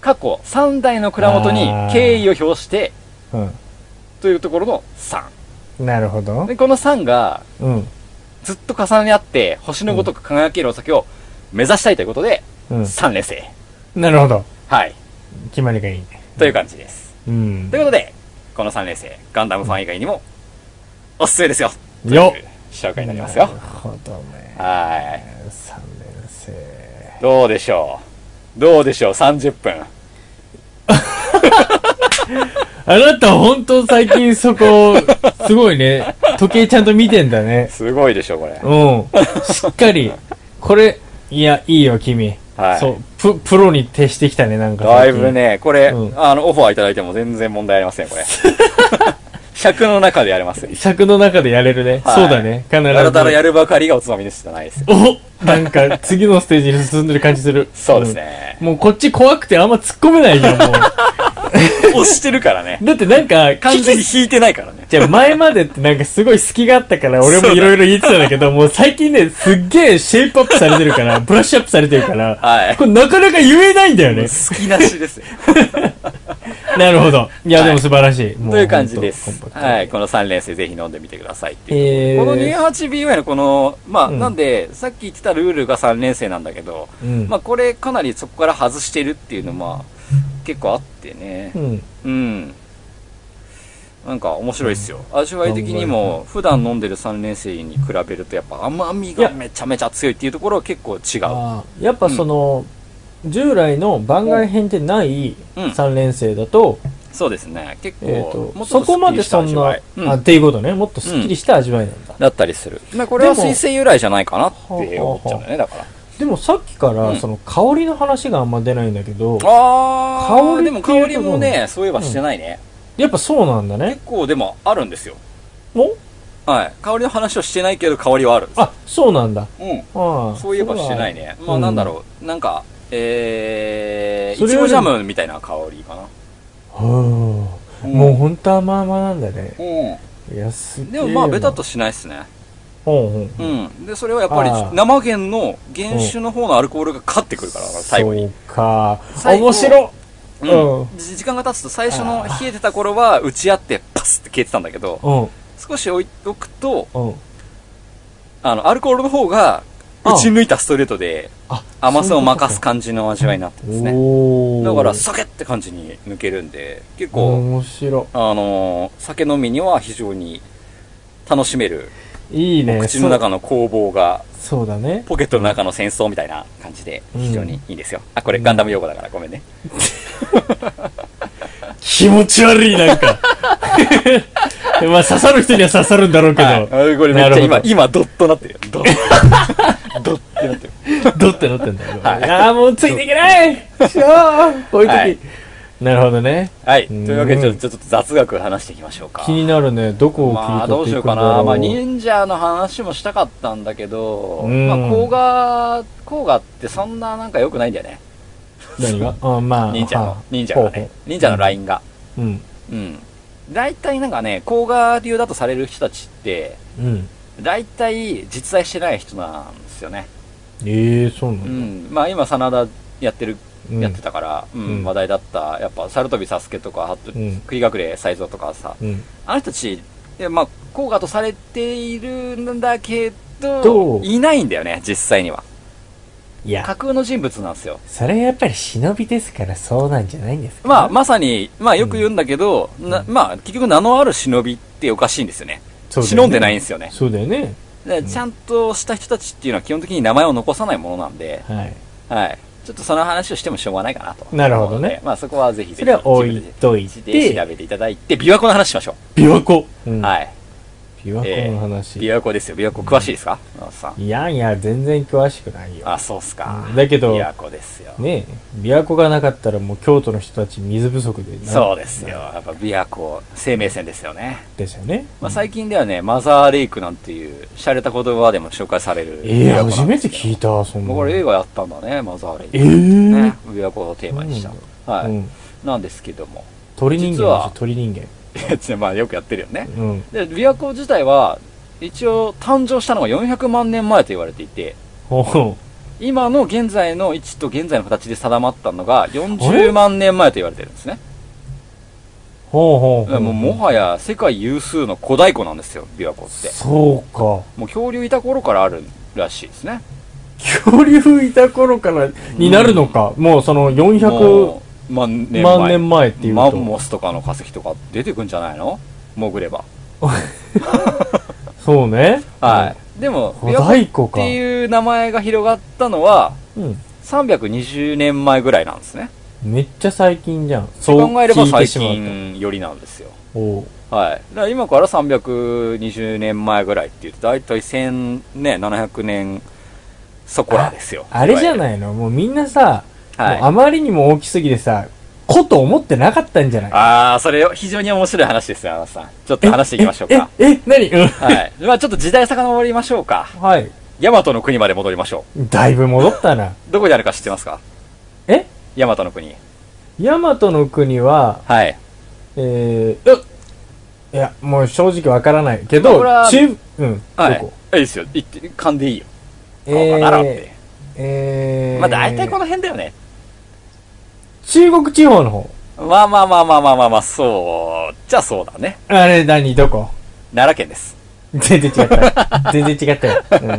過去3代の蔵元に敬意を表してうというところの3んなるほどでこの3がうんずっと重ね合って星のごとく輝けるお酒を目指したいということで、うん3連星なるほどはい決まりがいいねという感じです、うんということでこの3連星ガンダムファン以外にもおすすめですよよという紹介になりますよなるほどねはい3年生どうでしょうどうでしょう30分あなた本当最近そこ すごいね時計ちゃんと見てんだねすごいでしょこれうんしっかりこれいやいいよ君はいそうププロに徹してきたねなんかだい最近ぶねこれ、うんあのオファーいただいても全然問題ありませんこ れ尺の中でやれますよ尺の中でやれるね、はい そうだね必ずだらだらやるばかりがおつまみですじゃないですよおなんか次のステージに進んでる感じするそうです、ね、うんもうこっち怖くてあんま突っ込めないじゃんも う押してるからねだってなんか完全に引いてないからねじゃあ前までってなんかすごい隙があったから俺もいろいろ言ってたんだけど、もう最近ね、すっげえシェイプアップされてるから、ブラッシュアップされてるから、はいこれなかなか言えないんだよね。好きなしですよなるほど。いや、はいでも素晴らし い。もという感じでほんすと。コンパクトはい、この3連星ぜひ飲んでみてくださいっていう。えー、この 28BY のこの、まあ、うんなんで、さっき言ってたルールが3連星なんだけど、うんまあ、これかなりそこから外してるっていうのは、結構あってねう。ん。うん。なんか面白いっすよ。味わい的にも、普段飲んでる3連星に比べると、やっぱ甘みがめちゃめちゃ強いっていうところは結構違う。あーやっぱその、従来の番外編でないうん3連星だと、そうですね。結構、えっ、ともっとそこまでそすっきりんした味わな、いうんあ、っていうことね。もっとスッキリした味わいなんだ。だったりする。まあ、これはでも水星由来じゃないかなって思っちゃうんだよね、だから。でもさっきかうら、んその香りの話があんま出ないんだけど、あー香りでも香りもっていうとこねそういえばしてないね、やっぱそうなんだね結。構でもあるんですよおはい香りの話をしてないけど香りはあるんですあ、そうなんだ。うああんそういえばしてないねまあなんだろう、なんかえー、そいれちよごりジャムみたいな香りかなう。はあ、うんもう本当はまあまあなんだね。ういや、すんげえでもまあベタっと。しないっすねほうほう。うっんでそれはやっぱりあー生原の原酒の方のアルコールが勝ってくるから最後にそうか。最後面白ううんんじ時間が経つと最初の冷えてた頃は打ち合ってパスって消えてたんだけどうん、少し置いとくとうん。あの、アルコールの方が、あ打ち抜いたストレートで、あ、甘さをそういうこと任す感じの味わいになってますね。おーだから、酒って感じに抜けるんで、結構、面白あのー酒飲みには非常に楽しめる、い。いいね。口の中の攻防が、そうそう だね。ポケットの中の戦争みたいな感じで、うん非常にいいんですよ。あ、これガンダム用語だからごめんね。気持ち悪い、なんか。 まあ、刺さる人には刺さるんだろうけど。はい。あこれめっちなゃるほど今、今ドッとなってるよ。 ドッ。ドッってなってる。どってなってんだよ。いやーもうついていけないしょーこういう時、はいなるほどね。はい。とうんいうわけでちょ、ちょっと雑学話していきましょうか。気になるね。どこをまあ切りど取っうてしいよくうんかだろう。な、まあ、忍者の話もしたかったんだけど、うんまあ、甲賀、甲賀ってそんななんか良くないんだよね。何があまあ。忍者はのあ、忍者がほうねほ、忍者のラインが。ううん。うん。大体なんかね、甲賀流だとされる人たちって、うん。大体実在してない人なんですよね。ええそうなうんだ。ん。まあ今、真田やってる、うんやってたから、うん、うん話題だった、やっぱ、猿飛びサスケとか、あと、うん食い隠れ才蔵とかさ、うん。あの人たち、でまあ、甲賀とされているんだけど、どういないんだよね、実際には。いや、架空の人物なんですよ。それはやっぱり忍びですからそうなんじゃないんですかまあ、まさに、まあよく言うんだけど、なまあ結局名のある忍びっておかしいんですよね。そうだよね忍んでないんですよね。そうだよね。でちゃんとした人たちっていうのは基本的に名前を残さないものなんで、はい。はい。ちょっとその話をしてもしょうがないかなと。なるほどねまあそこはぜひぜひ。それは置いとい自て分で調べていただいて、 琵琶湖の話しましょ琵琶湖。う。は。はいい。琵琶湖の話。琵琶湖ですよ。琵琶湖詳しいですか野田さん。いやいや、全然詳しくないよ。あ、そうっすかう。んだけど琵琶湖ですよ。ねえ、琵琶湖がなかったらもう京都の人たち水不足でなそうですよ。。やっぱ琵琶湖、生命線ですよね。ですよね。まあ、最近ではね、マザーレイクなんていう、洒落た言葉でも紹介される。ええ初めて聞いた。た、そんな僕の。は映え画やったんだね、マザーレイク。えね、琵琶湖をテーマにした。はい、うんなんですけども。鳥人実間ではす鳥人間。まあ、よくやってるよね。うん。で、琵琶湖自体は、一応誕生したのが400万年前と言われていて、ほほ今の現在の位置と現在の形で定まったのがあれ40万年前と言われてるんですね。うほうほもうもはや世界有数の古代湖なんですよ、琵琶湖って。そうか。もう恐竜いた頃からあるらしいですね。恐竜いた頃からになるのか。もうその400もう万年前万年前っていうマと。ンモスとかの化石とか出てくんじゃないの潜ればそうね。はい、でも古琵代湖琶湖っか。ていう名前が広がったのはいうん。 320年前ぐらいなんですねめっちゃ最近じゃん。そう考えれば聞いて最しまった。近よりなんですよおうはい、だから今から320年前ぐらいっていうと大体1700年そこらですよあれじゃいないのもうみんなさ、わゆる、もうはあい、まりにも大きすぎてさ、子と思ってなかったんじゃないああそれ非常に面白い話ですよ穴さんちょっと話していきましょうかえ、え、え何うん。はい。まあちょっと時代遡りましょうか。はい。ヤマトの国まで戻りましょだいぶ戻ったな。う。どこにあるか知ってますかえヤマトの国。ヤマトの国は、はい。えー、うっいや、もう正直わからないけどこれ、は中、うん、はい。どこいいですよ。行って、噛んでいいよ。えあならって。えー、まあ大体この辺だよね。中国地方の方。まあまあまあまあまあまあまあ、そう。じゃあそうだね。あれ、何どこ奈良県です。全然 違った。全然違ったよ。うん。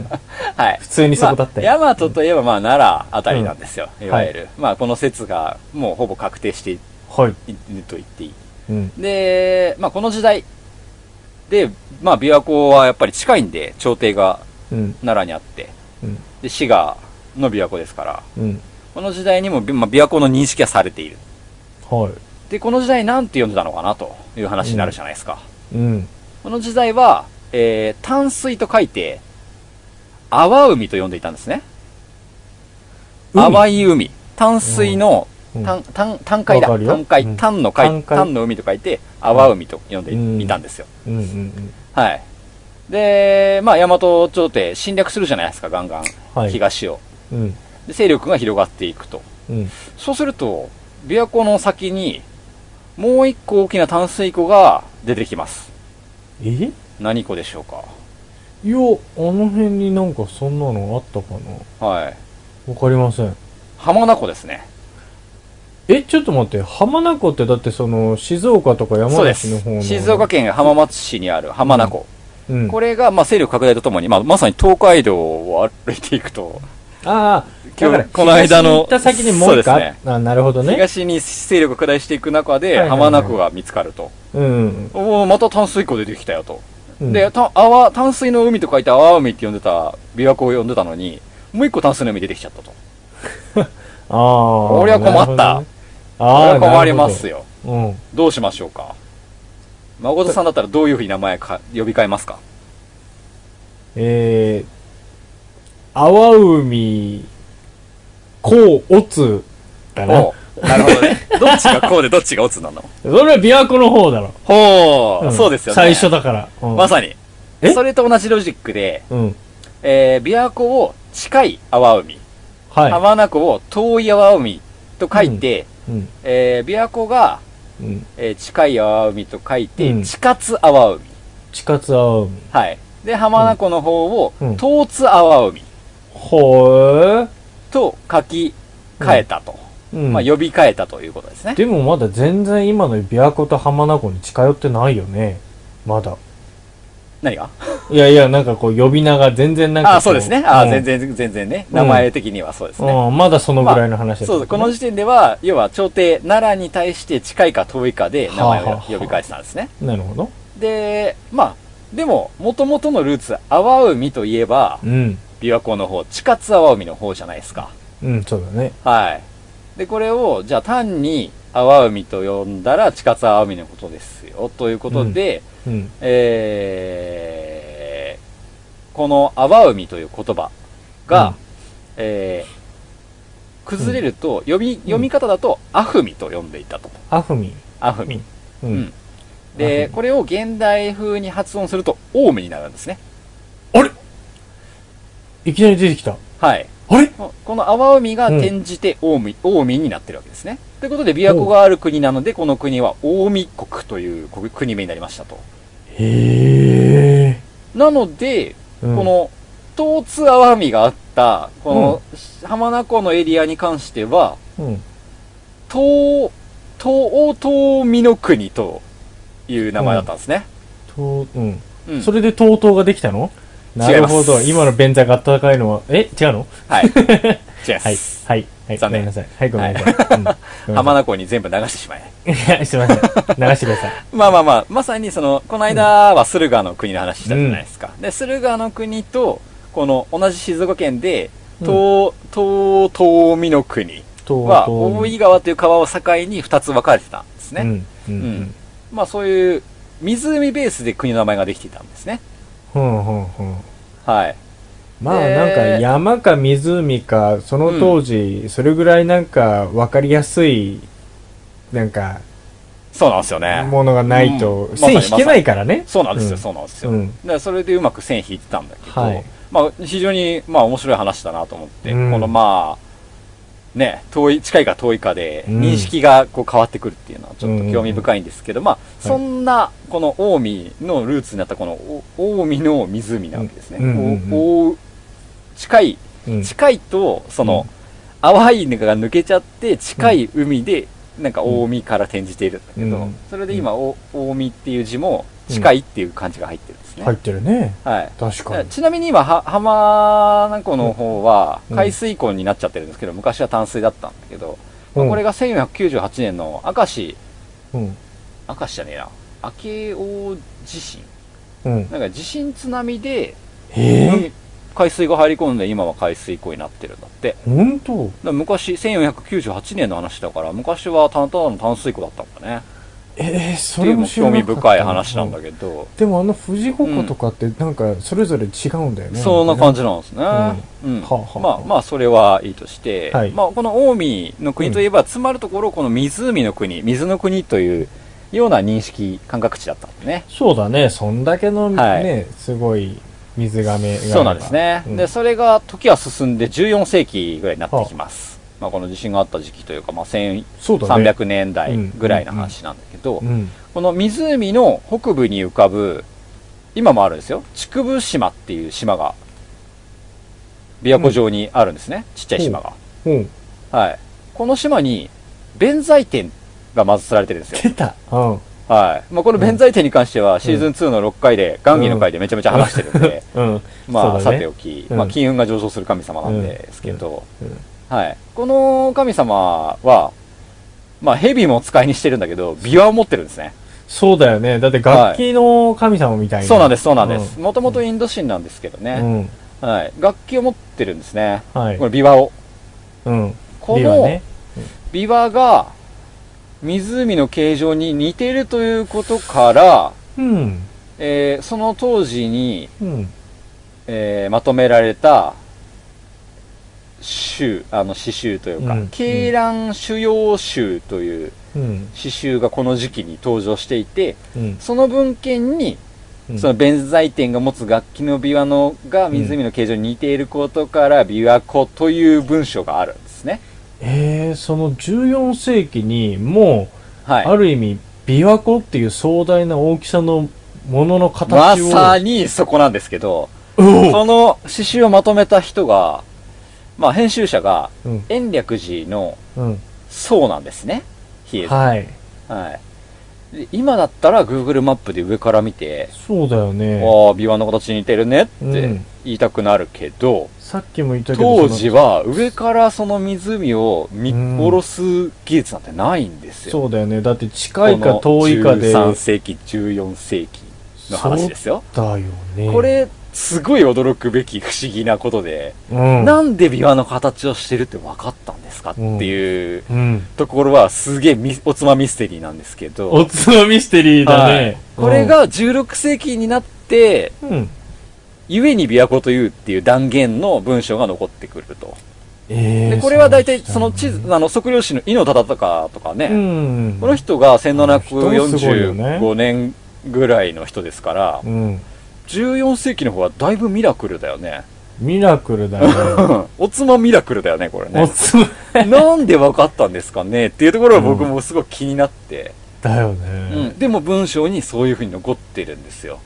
はい。普通にそこだったまあよ。ヤマトといえばまあ奈良あたりなんですよ。いわゆる。まあこの説がもうほぼ確定していはい。ると言っていい。うん。で、まあこの時代で、まあ琵琶湖はやっぱり近いんで、朝廷がうん。奈良にあって。うん。で滋賀の琵琶湖ですからうん。この時代にも、びまあ、琵琶湖の認識はされているはでこの時代なんて呼んでたのかなという話になるじゃないですか、い。うん。この時代は、えー、淡水と書いて淡海と呼んでいたんですね海淡い海淡水の、淡淡淡海だわかるよ淡海うん淡の淡海海淡の海と書いて淡海と呼んでうんいたんですよ、うん。うん。うん。はいでまあ大和朝廷侵略するじゃないですかガンガン、はい東をうん。で勢力が広がっていくとうん。そうすると、琵琶湖の先に、もう一個大きな淡水湖が出てきます。え何湖でしょうかいや、あの辺になんかそんなのあったかなはい。わかりません。浜名湖ですね。え、ちょっと待って、浜名湖ってだってその、静岡とか山そうで梨すの方の。。静岡県浜松市にある浜名湖。うん。これが、まあ、勢力拡大とともに、まあ、まさに東海道を歩いていくと、ああ、だから、今日この間の東に行った先にもう一個あそうですあ、なるほどね。東に勢力拡大していく中はいで、はいはい浜名湖が見つかると。うん。おおまた淡水湖出てきたよと。うん、で、た淡淡水の海と書いて淡海って呼んでた、琵琶湖を呼んでたのに、もう一個淡水の海出てきちゃったと。ああ。こりゃ困ったなるほどねこあれあ、は困りますよ。よ。うん。どうしましょうか誠さんだったらどういうふうに名前か呼び替えますかえー、淡海、こう、おつ、だな。おうなるほどね。 どっちがこうでどっちがオツなのそれは琵琶湖の方だろ。ほう、んそうですよね。最初だから。うんまさに。えそれと同じロジックで、うん。えー、琵琶湖を近い淡海、はい。浜名湖を遠い淡海と書いて、うん。えー、琵琶湖が、うん。えー近い泡海と書いて、うん地下津泡海。地下津青海。はい。で、浜名湖の方を、うん東津泡海ほー。と書き換えたと。うん。まあ、呼び換えたということですね。でもまだ全然今の琵琶湖と浜名湖に近寄ってないよね。まだ。何がいやいや、なんかこう呼び名が全然なんかこ。ああ、そうですね。ああ、ん全。然、全然ね。うん名前的にはそうですね。うん、まだそのぐらいの話だったそね、うこの時点では、要は朝廷、奈良に対して近いか遠いかで名前はあをはあ呼び返したんですね。なるほど。で、まあ、でも、元々のルーツ、阿波海といえば、うん。琵琶湖の方、地下津阿波海の方じゃないですか。うん、そうだね。はい。で、これを、じゃあ単に、阿波海と呼んだら、地下津阿波海のことですよ、ということで、うん。えーこの阿波海という言葉が、うんえー崩れると、読み、読み方だと、アフミと呼んでいたと。アフミ。アフミ。ううん。で、これを現代風に発音すると、オウムになるんですね。いきなり出てきた。はい。あれここの阿波海が転じて、オウム、オウミになってるわけですね。ということで、琵琶湖がある国なので、この国は、オウミ国という国国名になりましたと。へえ。なので、うんこ、の、東津阿波海があった、この、浜名湖のエリアに関しては、うん。東、東欧東美の国という名前だったんですね。と、うん。うん。それで TOTO ができたのなるほ違いまど。す今の便座が暖かいのは、え違うの はい。違いまはいす。。はい。はい。ご残め念んなさい。はい、ごめんなさい。うんごめんな浜さ名湖に全部流してしまえ。い。いや、すいません。流してください。まあまあまあ、まさにその、この間は駿河の国の話したじゃないですか。で、駿河の国と、この同じ静岡県で、東、東、東美の国とは、大井川という川を境に二つ分かれてたんですね。うん。ううんん。まあそういう、湖ベースで国の名前ができていたんですね。うん。うん。うん。うんはい。まあでなんか山か湖かその当時それぐらいなんか分かりやすいなんかそうなんですよね。ものがないとうん線まさに引けないからねそうなんですよ、うんそうなんですよ。うんだからそれでうまく線引いてたんだけど、はいまあ非常に、まあ面白い話だなと思って、うんこのまあ、ね、遠い、近いか遠いかで、うん認識がこう変わってくるっていうのはちょっと興味深いんですけど、まあ、そんな、この近江のルーツになったこのお近江の湖なわけですね。うんうんおお近いうん近いと、その、淡いのが抜けちゃって、近い海で、なんか、大海から転じているんだけど、うんそれで今、お大海っていう字も、近いっていう漢字が入ってるんですね。入ってるねはい。確かにちなみに今、は浜名湖の方はう、ん海水湖になっちゃってるんですけど、昔は淡水だったんだけど、まあうんこれが1498年の明石、うん明石じゃねえな、明王地震。うんなんか地震津波で、ええ海水が入り込んで、今は海水湖になってるんだって。本当だから昔、1498年の話だから、昔はただの淡水湖だったんだね。ええっそていれうもも知ら興な味かった深い話なんだどけど、でもあの富士五湖とかってなんかそれぞれ違うんだよねそんな感じなんですね。うん。はあはあまあまあ、それはいいとして、はいまあ、この近江の国といえば、詰まるところ、この湖の国、水の国というような認識、感覚値だったんでね。そうだねそんだけのはいねすごい水がめがあればそうなんですね、うんでそれが時は進んで14世紀ぐらいになってきます、まあ、この地震があった時期というか、まあ、そうだね1300年代ぐらいの話なんだけど、うんこの湖の北部に浮かぶ、今もあるんですよ。竹生島っていう島が、琵琶湖上にあるんですね。ちっちゃい島が。うんはい。この島に、弁財天が祀られてるん ですよ。出たうんはい。まあ、この弁財天に関しては、シーズン2の6回で、元儀の回でめちゃめちゃ話して るんで、うんまあ、そうださねておき、うんまあ、金運が上昇する神様なんですけど、うんうんはい。この神様は、まあ、蛇も使いにしてるんだけど、琵琶を持ってるんですね。そうだよね。だって楽器の神様みたいな。そうなんです、そうなんです。もともとインド人なんですけどうね、ん。うん。はい。楽器を持ってるんですね。はいこ。れ、琵琶を。うん。こ琵琶のね琵琶が、湖の形状に似ているということから、うん。えーその当時に、うん。えーまとめられた、集、あの、詩集というか、うん鶏卵主要集といううん。詩集がこの時期に登場していて、うん。その文献にうんその弁財天が持つ楽器の琵琶のが湖の形状に似ていることから琵琶湖という文章があるんですね。ええー、その14世紀にもう、はいある意味琵琶湖っていう壮大な大きさのもののま形を、さにそこなんですけど、おうその詩集をまとめた人が、まあ編集者が、うん延暦寺のうん、僧なんですね。比叡山はいはい。で今だったら Google マップで上から見て、そうだよわあね、琵琶の形に似てるねって言いたくなるけど、さっきも言ったけど当時は上からその湖を見下ろす技術なんてないんですそのよ。そうだよねだって近いか遠いかでこの13世紀、14世紀の話ですよ。だよねこ、れ、すごい驚くべき不思議なことで、うん、なんで琵琶の形をしてるって分かったんですかっていううん、ところはすげえミおつまミステリーなんですけど、おつまみミステリーだはいね、これが16世紀になって、うん、うん、ゆえに琵琶湖というっていう断言の文章が残ってくると。えーで、これは大体うしたその地図、あの、測量士の井野忠敬とかね、うんこの人が人すごいよね1745年ぐらいの人ですから、うん14世紀の方はだいぶミラクルだよね。ミラクルだねおつまミラクルだよね、これおね。つまなんで分かったんですかねっていうところは僕もすごい気になって、だようね、んでも文章にそういうふうに残ってるんですよ。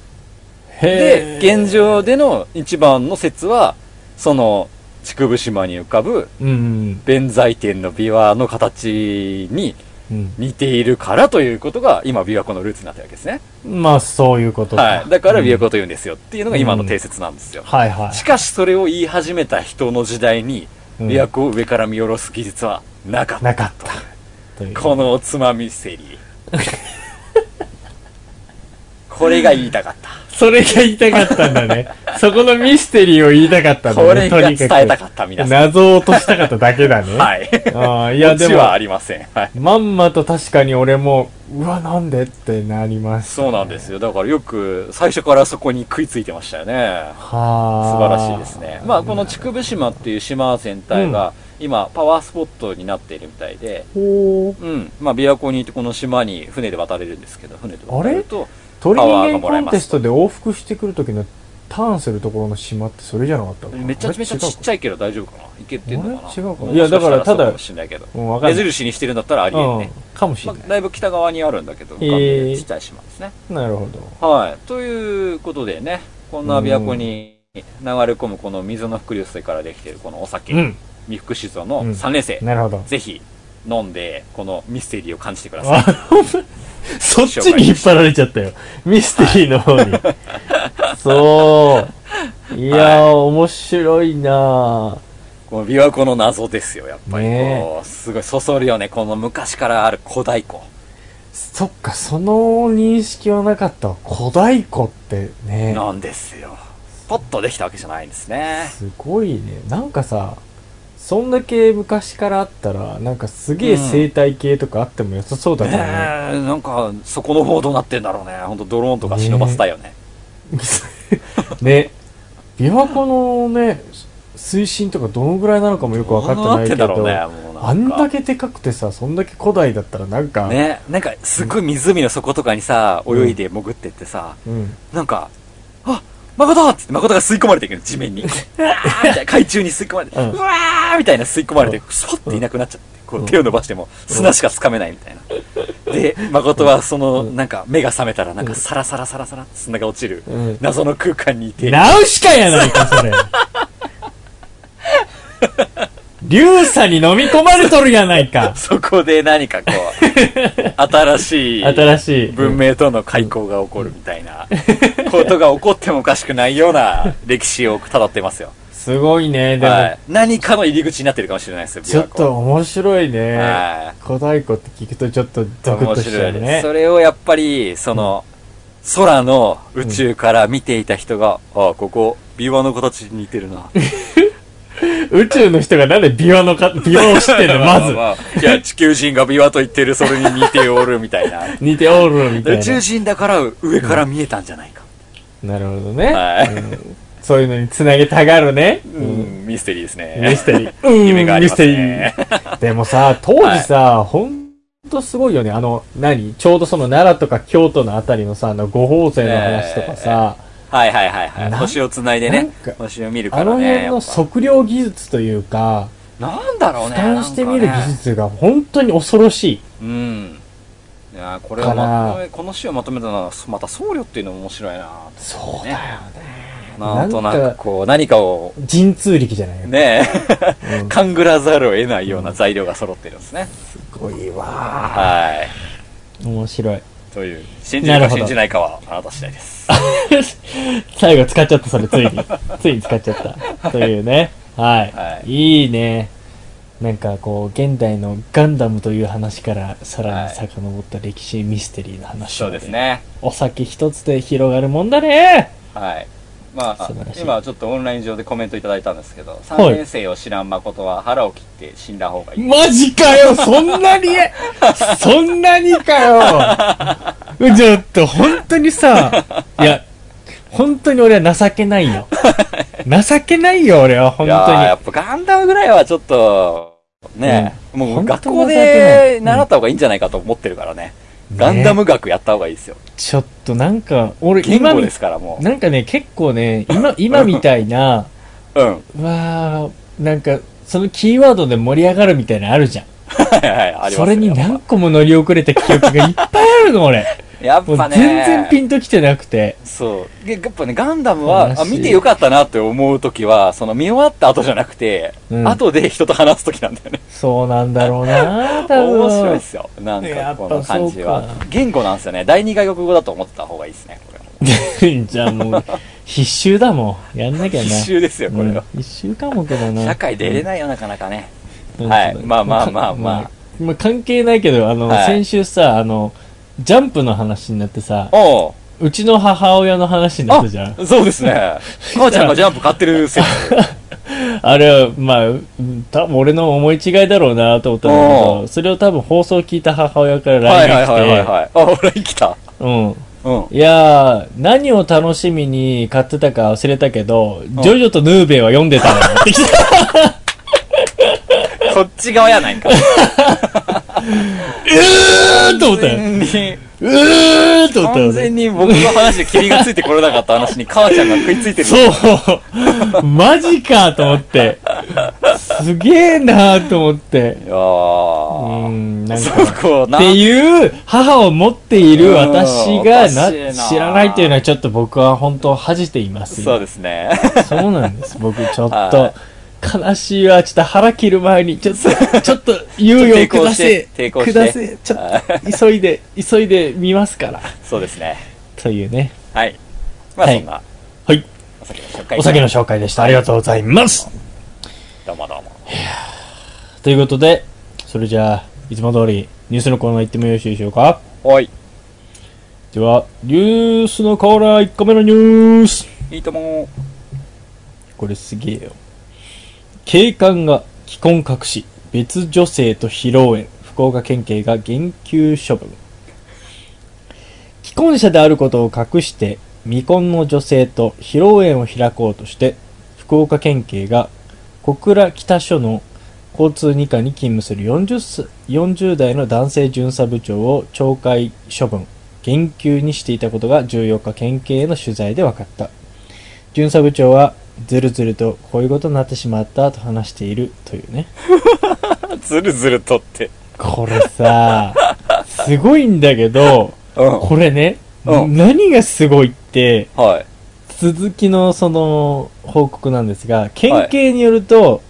で、へー現状での一番の説は、その、竹生島に浮かぶうん弁財天の琵琶の形にうん、似ているからということが、今琵琶湖のルーツになってるわけですね。うん、まあそういうことか、はい。だから琵琶うん湖と言うんですよっていうのが今の定説なんですよ。はいはいしかしそれを言い始めた人の時代に、うん琵琶湖を上から見下ろす技術はなかった。なかったというこのおつまみ セリー。これが言いたかった。それが言いたかったんだねそこのミステリーを言いたかったんこだれねが伝とにえかくたかった、皆さん。謎を落としたかっただけだねはい。ああいいや、やででも。はあもりません。はい。まんまと確かに俺もうわなんでってなりますそうなんですよ。だからよく、最初からそこに食いついてましたよね。素晴はあらしいですね。まあ、この竹生島っていう島全体が、今、パワースポットになっているみたいで、ほううん。まあ、琵琶湖にいて、この島に船で渡れるんですけど、船で渡れると、鳥パワーが人間もらコえンますテストで往復してくる時のターンするところの島ってそれじゃなかったのかなめちゃめちゃちっちゃゃいいけど大丈夫かな行けてんのかなあれ違うかないいや、やだだかかららたただ、そだうかもしれないけど。うんわかん矢ない印にしてるんだったらありえんね。うん、かもしまあれない、だいぶ北側にあるんだけど、浮かんでるちっちゃい島ですね。なるほどはい。ということでね、こんな琵琶湖に流れ込むこの水の伏流水からできているこのお酒、うん三福酒造うのん3年生、なるほどぜひ飲んで、このミステリーを感じてください。あほんとそっちに引っ張られちゃったよ。ミステリーの方に。そう。いやー、面白いなこの琵琶湖の謎ですよ、やっぱり。ねえこうすごいそそるよね、この昔からある古代湖。そっか、その認識はなかったわ。古代湖ってね。なんですよ。ポッとできたわけじゃないんですね。すごいね。なんかさ、そんだけ昔からあったら、なんかすげうえん生態系とかあっても良さそうだねけどね。え、なんか、そこの方どうなってんだろうね。ほんとドローンとか忍ばせたいよね。ね。琵琶湖のね、水深とかどのぐらいなのかもよく分かってないけどうど。なってんだろうね、もうなんか。あんだけでかくてさ、そんだけ古代だったらなんか、ね、なんかすごい湖の底とかにさ、ん泳いで潜ってってさ、うん。なんか、あ誠っつって誠が吸い込まれていくの地面に。うわーみたいな、海中に吸い込まれて、ううんわーみたいな吸い込まれて、スポッていなくなっちゃって、こう手を伸ばしても砂しかつかめないみたいな。で、誠はその、なんか目が覚めたら、なんかサラサラサラサラって砂が落ちるうん、謎の空間にいて、ナウシカやないか、それ。リュウサに飲み込まれとるやないか。そこで何かこ う、新しい、新しい。文明との開口が起こるみたいな ことが起こってもおかしくないような 歴史をたどってますよ。すごいね、でも、はい、何かの入り口になってるかもしれないですよ、ちょっ琵琶湖と面白いね。は古代湖って聞くとちょっとい。ゾクッ面としち白ゃいうです。ね。それをやっぱり、その、空の宇宙から見ていた人が、ああ、ここ、琵琶の形に似てるな。宇宙の人がなんで琵琶 のか、琵琶を知ってんの、まず。ああいや、地球人が琵琶と言ってる、それに似ておるみたいな。似ておる みたい宇宙な。人だから上から見えたんじゃないか。なるほどね。はいうんそういうのに繋げたがるね。ううんん、ミステリーですね。ミステリー。夢がありますねミステリ ー。でもさ、当時さ、ほんとすごいよね。あの、何ちょうどその奈良とか京都のあたりのさ、あの、五宝星の話とかさ、はいはいはいは。ないん星をつないでなねんか。星を見るかあらのね。辺やっのぱ測量技術というか、なんだろうね俯瞰してみるなんか技ね術が本当に恐ろしい。うんいやーこれかはなまとめこの詩をまとめたのはまた僧侶っていうのも面白いなとそうだよね。なんとななんくかこう何かを神通力じゃないよ。ねうえん勘ぐらざるを得ないような材料が揃ってるんですね、すごいわはいー。面白い。という信じるなかるほど信じないかはあなた次第です最後使っちゃった、それ、ついに。ついに使っちゃった。というね。はい。、はいいね。なんかこう、現代のガンダムという話から、さらに遡った歴史ミステリーの話そまうで、です。ねお酒一つで広がるもんだねはいまあ素晴らしい今ちょっとオンライン上でコメントいただいたんですけどい3年生を知らん誠は腹を切って死んだ方がいいマジかよそんなにそんなにかよちょっと、本当にさ、いや、本当に俺は情けないよ。情けないよ、俺は、本いやーや当っぱガンダムぐらいはちょっとね、もう本当学校情けないで習った方がいいんじゃないかと思ってるからね、に。ガンねダム学やった方がいいですよちょっとなんか、俺言今語みで、すからもなんかね、結構ね、今、今みたい な、ううんわー、なんか、そのキーワードで盛り上がるみたいなのあるじゃん。はいはいありますよそれにや何っ個も乗り遅れた記憶がいっぱいあるの、俺。ぱ やっもうぱね全然ピンときてなくて。そうでやっぱねガンダムはあ悲しい見てよかったなって思う時はその見終わった後じゃなくて、うん後で人と話す時なんだよねそうなんだろうな多分。面白いですよなんやかっこぱの感じはそうか言語なんですよね第二外国語だと思ってた方がいいですねこれはす。 じゃあもう、必修だもん。やんなきゃな。必修ですよこれは、うん必修科目だな。社会出れないよなかなかねうんはいそうだまあまあまあまあかまあ関係ないけど、あの、はい先週さ、あの、ジャンプの話になってさ、おううちの母親の話になったじゃん。そうですね 母ちゃんがジャンプ買ってるせいあれは、まあ、うん多分俺の思い違いだろうなと思ったんだけおど、うそれを多分放送聞いた母親からはいはい LINE はいはいが来はいあ俺来たて、うん。うんいやー、何を楽しみに買ってたか忘れたけど、ジョジョとヌーベイは読ん でたのよって来た。そっち側やない かえーと思ったよ。完全にえーと思った完よ全ね。に僕の話で霧がついてこれなかった話に母ちゃんが食いついてるそう。マジかと思って。すげーなーと思って。いやーうん、なんそか。こなっていう母を持っている私がうんなおかしいな知らないっていうのはちょっと僕は本当恥じています。そうですねそうなんです。僕ちょ っはと悲しいわ。ちょっと腹切る前にちょっとちょっと猶予ちょっとを抵く抗だしせて抵抗してくだせちょっと急いで急いで見ますからそうですねというね。はいまあはいそんなはい。お酒の紹介お酒の紹介でした。ありがとうございます。どうもどうもということでそれじゃあいつも通りニュースのコーナー行ってもよろしいでしょうか。おいではニュースのコーナー1個目のニュース。いいともこれすげえよ警官が既婚隠し別女性と披露宴福岡県警が減給処分既婚者であることを隠して未婚の女性と披露宴を開こうとして福岡県警が小倉北署の交通2課に勤務する 40, す40代の男性巡査部長を懲戒処分減給にしていたことが14日県警への取材で分かった巡査部長はずるずるとこういうことになってしまったと話しているというねずるずるとってこれ さすごいんだけどうんこれね、うん何がすごいって はい続きのその報告なんですが県警によると、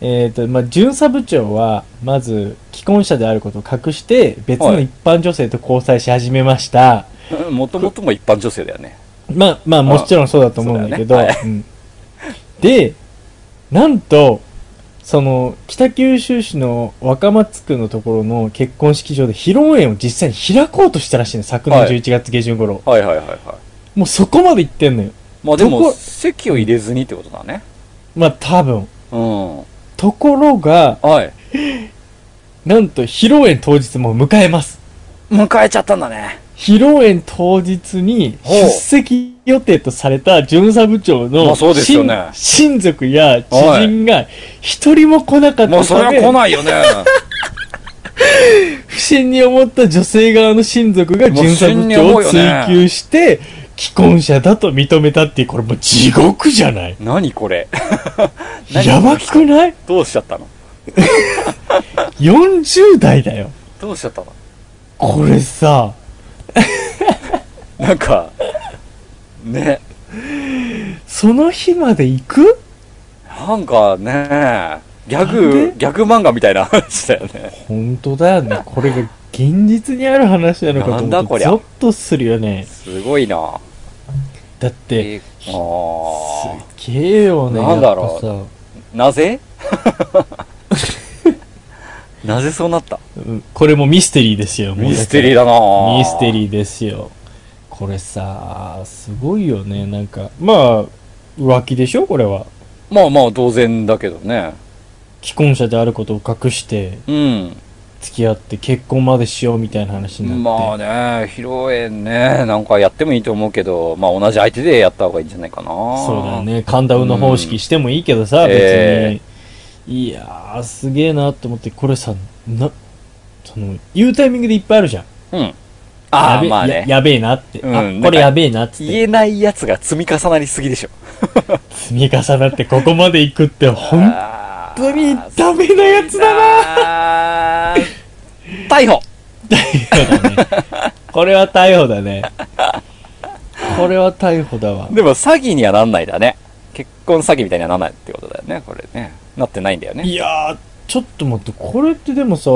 えっ、とまあ巡査部長はまず既婚者であることを隠して別の一般女性と交際し始めました、もともとも一般女性だよねまあまあもちろんそうだと思うんだけど、そうだよねうんでなんとその北九州市の若松区のところの結婚式場で披露宴を実際に開こうとしたらしいの昨年はい11月下旬頃、はいはいはいはいもうそこまで行ってんのよまあでどもこ席を入れずにってことだねまあ多分うんところがはいなんと披露宴当日もう迎えます迎えちゃったんだね披露宴当日にほう出席予定とされた巡査部長まのあそうですよ親,、ね族や知人が一人も来なかっもうたそれたはめ来ない よね不審に思った女性側の親族が巡査部長を追及して、既婚者だと認めたっていう、これもう地獄じゃない何こ れ何やばくないどうしちゃったの ?40 代だよ。どうしちゃったのこれさ、なんかねその日まで行くなんかねギャなんグでギャグ漫画みたいな話だよね本当だよね。これが現実にある話なのかとなん思だう、ことりゾゃッとするよね。すごいなだって、えーあすっげえよね。なんだろうやっぱさーな ぜなぜそうなったうんこれもミステリーですよ。もうミステリーだなミステーリーですよ。これさ、すごいよね。なんか、まあ、浮気でしょこれは。まあまあ当然だけどね既婚者であることを隠して、うん付き合って結婚までしようみたいな話になって。まあね披露宴ねなんかやってもいいと思うけどまあ同じ相手でやった方がいいんじゃないかなそうだよね。神田うの方式してもいいけどさ、うん別に。えいやー、すげえなと思って、これさ、な、その、言うタイミングでいっぱいあるじゃん。うんああやべえまあやねやべえなって。うんなんあ、かこれやべえなっつって。言えないやつが積み重なりすぎでしょ積み重なってここまで行くって、ほんあー本当にダメなやつだなだな逮捕そうだね。 これは逮捕だね。これは逮捕だわ。でも詐欺にはなんないだね結婚詐欺みたいにはならないってことだよねこれねなってないんだよね いやー、ちょっと待って、これってでもさ、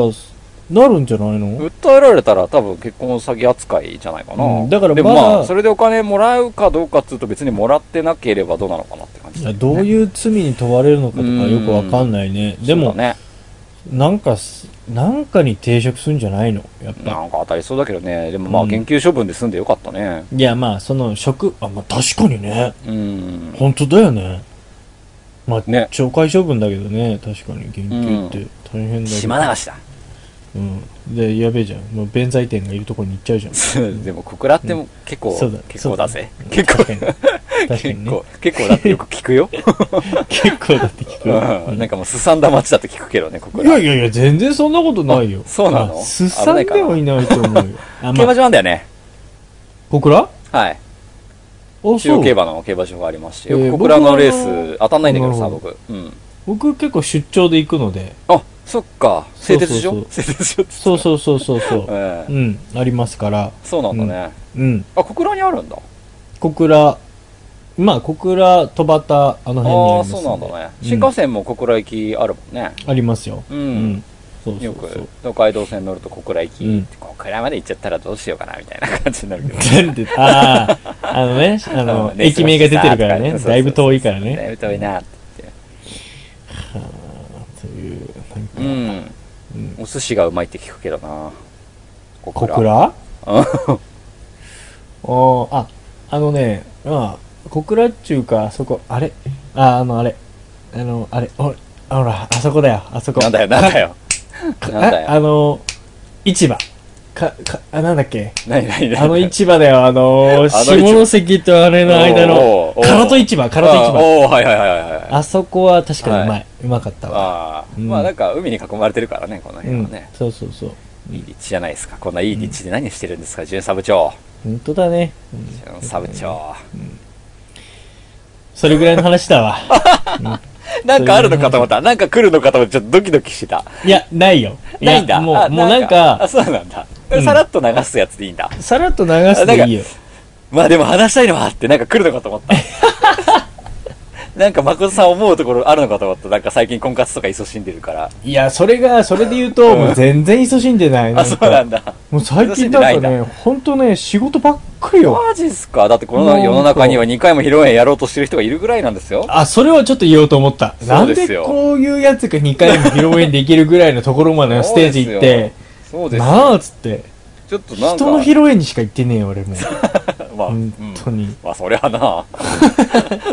なるんじゃないの訴えられたら多分結婚詐欺扱いじゃないかな、うんだからでもまだまあそれでお金もらうかどうかっつうと別にもらってなければどうなのかなって感じいだやよね、どういう罪に問われるのかとかうんよくわかんないね。でそも、うだねなんかす、なんかに抵触するんじゃないのやっなぱ。んか当たりそうだけどねでもまうあん減給処分で済んでよかったねいや、まあ、その、職、あ、まあ、確かにね。うん本当だよね。まあ、ね懲戒処分だけどね。確かに、減給って大変だけど。島流しだうん。で、やべえじゃん。もう弁財天がいるところに行っちゃうじゃん。でも小倉っても結構、そうだ結構だぜそうだ結構確かに確かに結ね構結構だってよく聞く よ、結構だって聞くわうん、なんかもうすさんだ街だって聞くけどねここいやいらやいや全然そんなことないよあそうなのあすさんでもいないと思うよあ競馬ま場あなんだよね小倉あはい中そ央競う馬の競馬場がありましてえよーく小倉のレース僕は当たんないんだけどさなるほ僕うん僕結構出張で行くのであそっか製鉄所そう製鉄所ってそうそうそうそうそううええうんありますからそうなんだねうんあ小倉にあるんだ小倉まあ小倉戸端あの辺にありああますそうなんだねうん新幹線も小倉行きあるもんねありますよううんそうそようくそう東海道線乗ると小倉行き、うん小倉まで行っちゃったらどうしようかなみたいな感じになるけ どなんであああのね あのレース駅が名が出てるからそねうそうそうだいぶ遠いからだねいぶ遠いなって言ってというなんかうん、お寿司がうまいって聞くけどな小小倉あ おーあ、あのね、まあ、小倉っちゅうか、あそこ、あれあ、あの、あれ。あの、あれ、おあほら、あそこだよ、あそこ。なんだよなん だよか。なんだよああの、市場。か、か、あ、なんだっけ何何何あの市場だよ、あの、市場下関とあれの間のおー、おー唐戸市場、唐戸市場。おおーはいはいはいはいはいあそこは確かにうま。はいうまかったわ。あー、うんまあなんか海に囲まれてるからねこのう辺はんね、。そうそうそう。いい立地じゃないですかこんないい立地で何してるんですか巡査部長本当だね。うん巡査部長それぐらいの話だわ。なんかあるのかと思ったなんか来るのかと思ってちょっとドキドキしてたいや、ないよ。いやないんだもあう、もうなんあか、そうなんだうんさらっと流すやつでいいんだ、さらっと流すでいいよ。まあでも話したいのはってなんか来るのかと思った なんか誠さん思うところあるのかと思ったなんか最近婚活とか勤しんでるからいや、それが、それで言うと、もう全然勤しんでない。あそうなんかだもう最近なん勤しんでかないね、ほんとね、仕事ばっかりよ。マジっすかだってこの世の中には2回も披露宴やろうとしてる人がいるぐらいなんですよあ、それはちょっと言おうと思った。なそうんでですよこういうやつが2回も披露宴できるぐらいのところまでのステージ行って、そうですよなあっつって、ちょっとなんか人の披露宴にしか行ってねえよ、俺もう。まあ、うん本当に。まあそりゃ な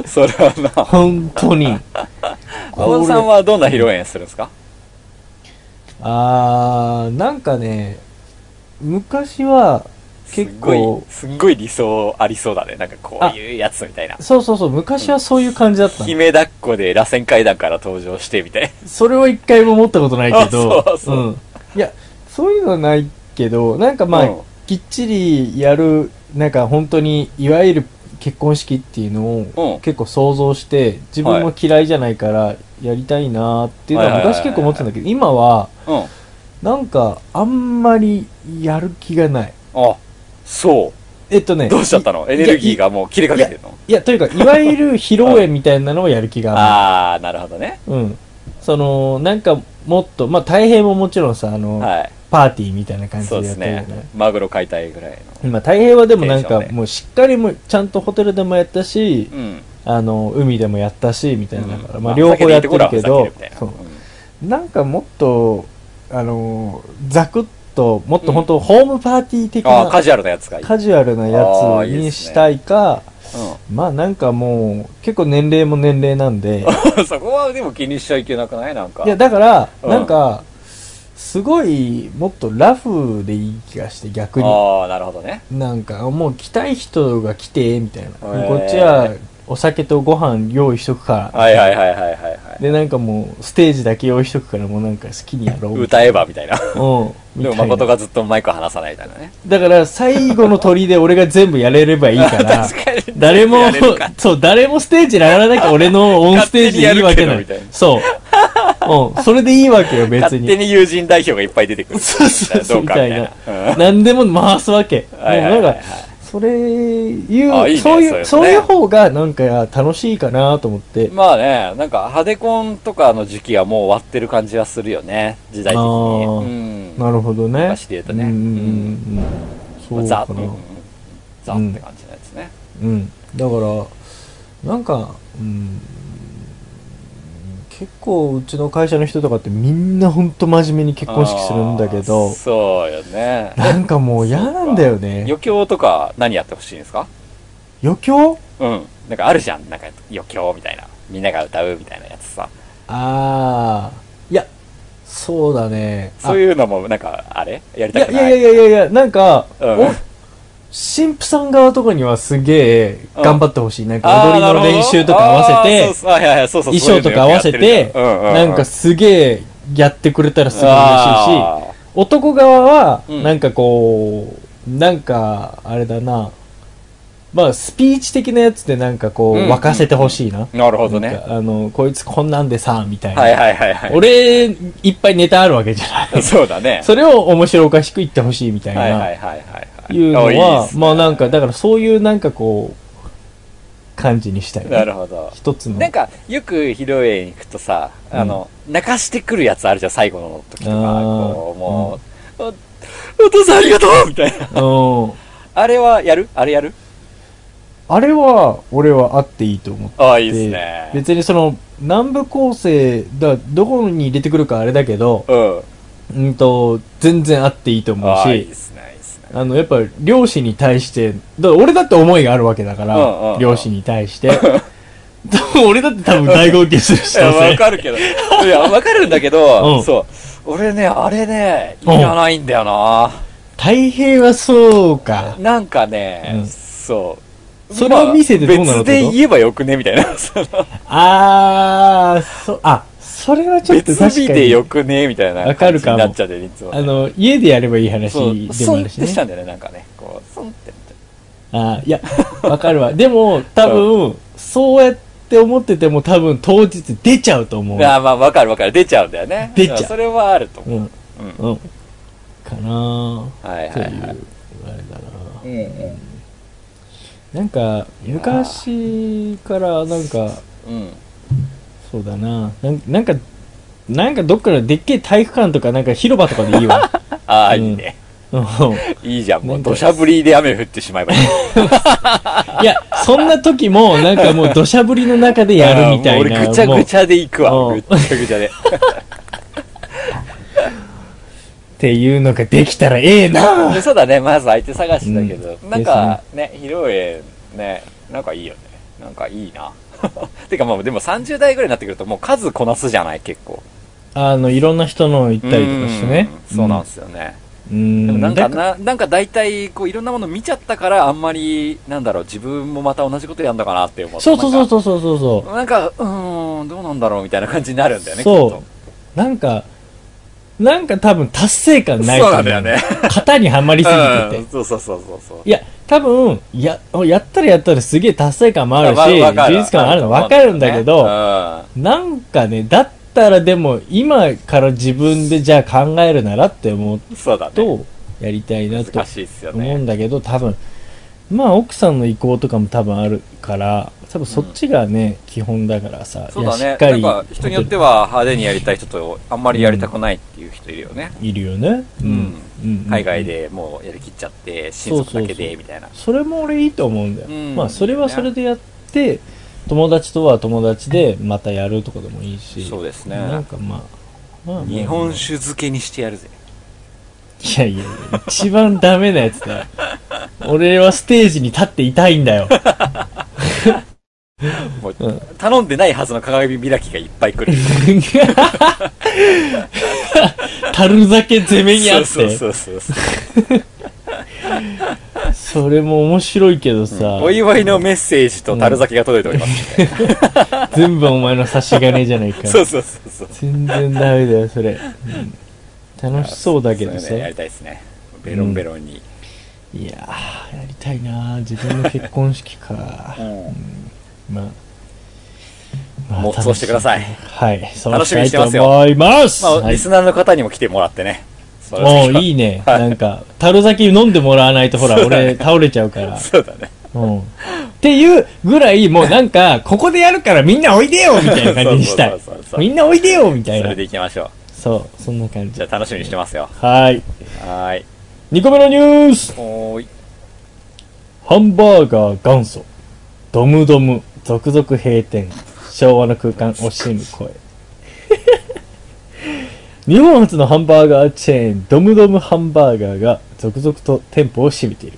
そりゃな本 当に。誠さんはどんな披露宴するんですかあー、なんかね、昔は、結構、すっごいすっごい理想ありそうだねなんかこういうやつみたいなそうそうそう、昔はそういう感じだったの。姫抱っこで螺旋階段から登場してみたいなそれは一回も持ったことないけど、あそうそうんいやそういうのはないけどなんかまあ、うんきっちりやるなんか本当にいわゆる結婚式っていうのうんを結構想像して自分も嫌いじゃないからやりたいなーっていうのははいはいはいはい昔結構思ってたんだけど今はうん。あ、なんかあんまりやる気がないそえっとねう。どうしちゃったのエネルギーがもう切れかけてるのいやというかいわゆる披露宴みたいなのをやる気がないああ、なるほどね。うんそのなんかもっとまあ大平ももちろんさあの、はパーティーみたいな感い。じそうででやっすてるねよね。マグロ解体ぐらいの。まあ、太平洋はでもなテんンかションねもうしっかりもちゃんとホテルでもやったし、うん。あの海でもやったしみたいなだから、うんまあ、両方やってるけど避けていってそこれは避けるみたいなうなんかもっとあのーザクッともっと本当ホームパーティー的うんあなあ、カジュアルなやつがいい。カジュアルなあやーついいでにすねしたいかうまあなんかもう結構年齢も年齢な んでん。そこはでも気にしちゃいけなくないなんか。いやだからうんなんかすごいもっとラフでいい気がして逆にああ、なるほどね。なんかもう来たい人が来てみたいな、ーこっちはお酒とご飯用意しとくから、はいはいはいはいはいはい。でなんかもうステージだけ用意しとくからもうなんか好きにやろうみた歌いえばみたいな。なうんみでたいもな誠がずっとマイク離さないみたいなね。だから最後の鳥で俺が全部やれればいいか ら確かに。誰もやれるかそう誰もステージに上がらなきゃ俺のオンステージでいいわけな勝手にやるいけどみたいなそう、うん、それでいいわけよ別勝手にに友人代表がいっぱい出てくる。そうそうそどううかみたいなみ。うん何でも回すわけもうはいはいはないんはいかそれいうあいいねそういうそういうのねそういう方がなんか楽しいかなと思って、まあね、なんか派手コンとかの時期はもう終わってる感じはするよね、時代的あに。ーうん。なるほどね昔で言うとねうんうんうんうんそうザかッ、なうんザッって感じのやつね。うんだからなんかうん結構うちの会社の人とかってみんなほんと真面目に結婚式するんだけあーどそうよね。なんかもう嫌なんだよね余興とか何やってほしいんですか余興うん。なんかあるじゃん、なんか余興みたいな。みんなが歌うみたいなやつさ。ああいやそうだねあそういうのもなんか、あれやりいたやくいないやいやいやいや、なんか、うんお神父さん側とかにはすげえ頑張ってほしい。なんか踊りの練習とか合わせて、衣衣装とか合わせて、なんかすげえやってくれたらすごい嬉しいし、男側は、うんなんかこう、なんか、あれだな、まあスピーチ的なやつでなんかこう、うんうん沸かせてほしいな。なるほどなんね。かあの、こいつこんなんでさ、みたいな。はいはいはいは俺、いっぱいネタあるわけじゃないい。。 そうだね。それを面白おかしく言ってほしいみたいな。はいはいはいはいはい。いうのあいいはっすねまあなんかだからそういうなんかこう感じにしたいねなるほど。一つのなんか、よく披露宴行くとさ、あの、泣かしてくるやつあるじゃん、最後の時とか。あーこう、もう、おお父さんありがとうみたいな。うんあれはやるあれやるあれは俺はあっていいと思ってああ、いいっすね。別にその南部構成だどこに入れてくるかあれだけどうん。うんと全然あっていいと思うああ、いいしっすね、いいっすね。あのやっぱ漁師に対してだ俺だって思いがあるわけだかうんうんうらん漁師に対 して俺だって多分大号泣する しいや、どうせわかるけ ど。いや、わかるんだけど、うんそう。俺ね、あれね、いらないんだよな。太平はそうか なんかね、うんそう。それを見せてどうなのまあ別で言えばよくねみたい な。そのあー、そ、あ、それはちょっと別確か日に。でよくねみたいなわか感るじかにもなっちゃって、いつもね、あの、家でやればいい話そう、でもそあんっるしてしね。たんだよね、なんかね。こう、そんってみたいあーいや、わかるわ。 でも、多分、そうやって思ってても多分当日出ちゃうと思う。な。あーまあ、わかるわかる。出ちゃうんだよね。出ちゃうだからそれはあるとう思う。ん、うん。うん。かなはいーはといはい。いう、あれだなうんうんなんか、昔から、なんか、うん。そうだななんなんか、なんかどっかのでっけえ体育館とかなんか広場とかでい いわ。ああ、うんいいね。うんいいじゃん。もなう、んか土砂降りで雨降ってしまえばいい。いや、そんな時も、なんかもう土砂降りの中で やるみた いあーもな。う俺、ぐちゃぐちゃ。ゃで行くわ。もうぐっちゃぐちゃで。っていうのができたらええな でそうだね、まず相手探しだけど、うんなんかね、披露宴ね、なんかいいよね。なんかいいな。 てかまあでも30代ぐらいになってくるともう数こなすじゃない結構。あの、いろんな人の行ったりとかしてねう。んそうなんですよね。うん。でもなんだかからな、なんか大体こういろんなもの見ちゃったからあんまり、なんだろう、自分もまた同じことやんだかなって思う。そうそうそうそうそうそうそうなんか。なんか、うーん、どうなんだろうみたいな感じになるんだよね、そうきっと。なんか、なんか多分達成感ないそうなんだよね。型にはまりすぎてうてん。そうそうそうそうそう。いや、多分、や、やったらやったらすげえ達成感もあるし、わか充る実感あるの分かるんだけうど、んなんかね、だったらでも、今から自分でじゃあ考えるならって思うそうだね。と、やりたいなと難しいっすよ思うんね。だけど、多分、まあ奥さんの意向とかも多分あるから、多分そっちがね、基本だからさ、そうだいやしねっ。かなんり、か人によっては派手にやりたい人とあんまりやりたくないっていう人いるよね。いるよね。うん海外。でもうやりきっちゃって、親族だけでみたいな。それも俺いいと思うんだよ。うんまあそれはそれでやって、友達とは友達でまたやるとかでもいいし。そうですねなんかまあ。まあ、日本酒漬けにしてやるぜ。いやいやいや、一番ダメなやつだよ。俺はステージに立っていたいんだよ。 もううん頼んでないはずの鏡開きがいっぱい来 る。樽酒攻めにあって。そうそうそうそう。それも面白いけどさ、お祝いのメッセージと樽酒が届いております。全部お前の差し金じゃないか。そうそうそうそう。全然ダメだよ、それ。うん楽しそうだけどそさ。ういうのやりたいですね。ベロンベロンに。。いやー、やりたいなー自分の結婚式かうんまあ、まあもうそうしてください。はい、そう楽しみにしてますよ思います。まあ、はいリスナーの方にも来てもらってね。それはおういいね。はいなんか、樽先飲んでもらわないと、ほら、そうだね俺、倒れちゃうから。 そうだね。うん。っていうぐらい、もうなんか、ここでやるからみんなおいでよみたいな感じにしたい そうそうそうそう。みんなおいでよみた いそれなで。行きましょう。そう、そんな感じじ。ゃあ楽しみにしてますよ。はい。はーい。 2個目のニュースおーい。ハンバーガー元祖。ドムドム、続々閉店。昭和の空間惜しむ声。 日本初のハンバーガーチェーン、ドムドムハンバーガーが続々と店舗を占めている。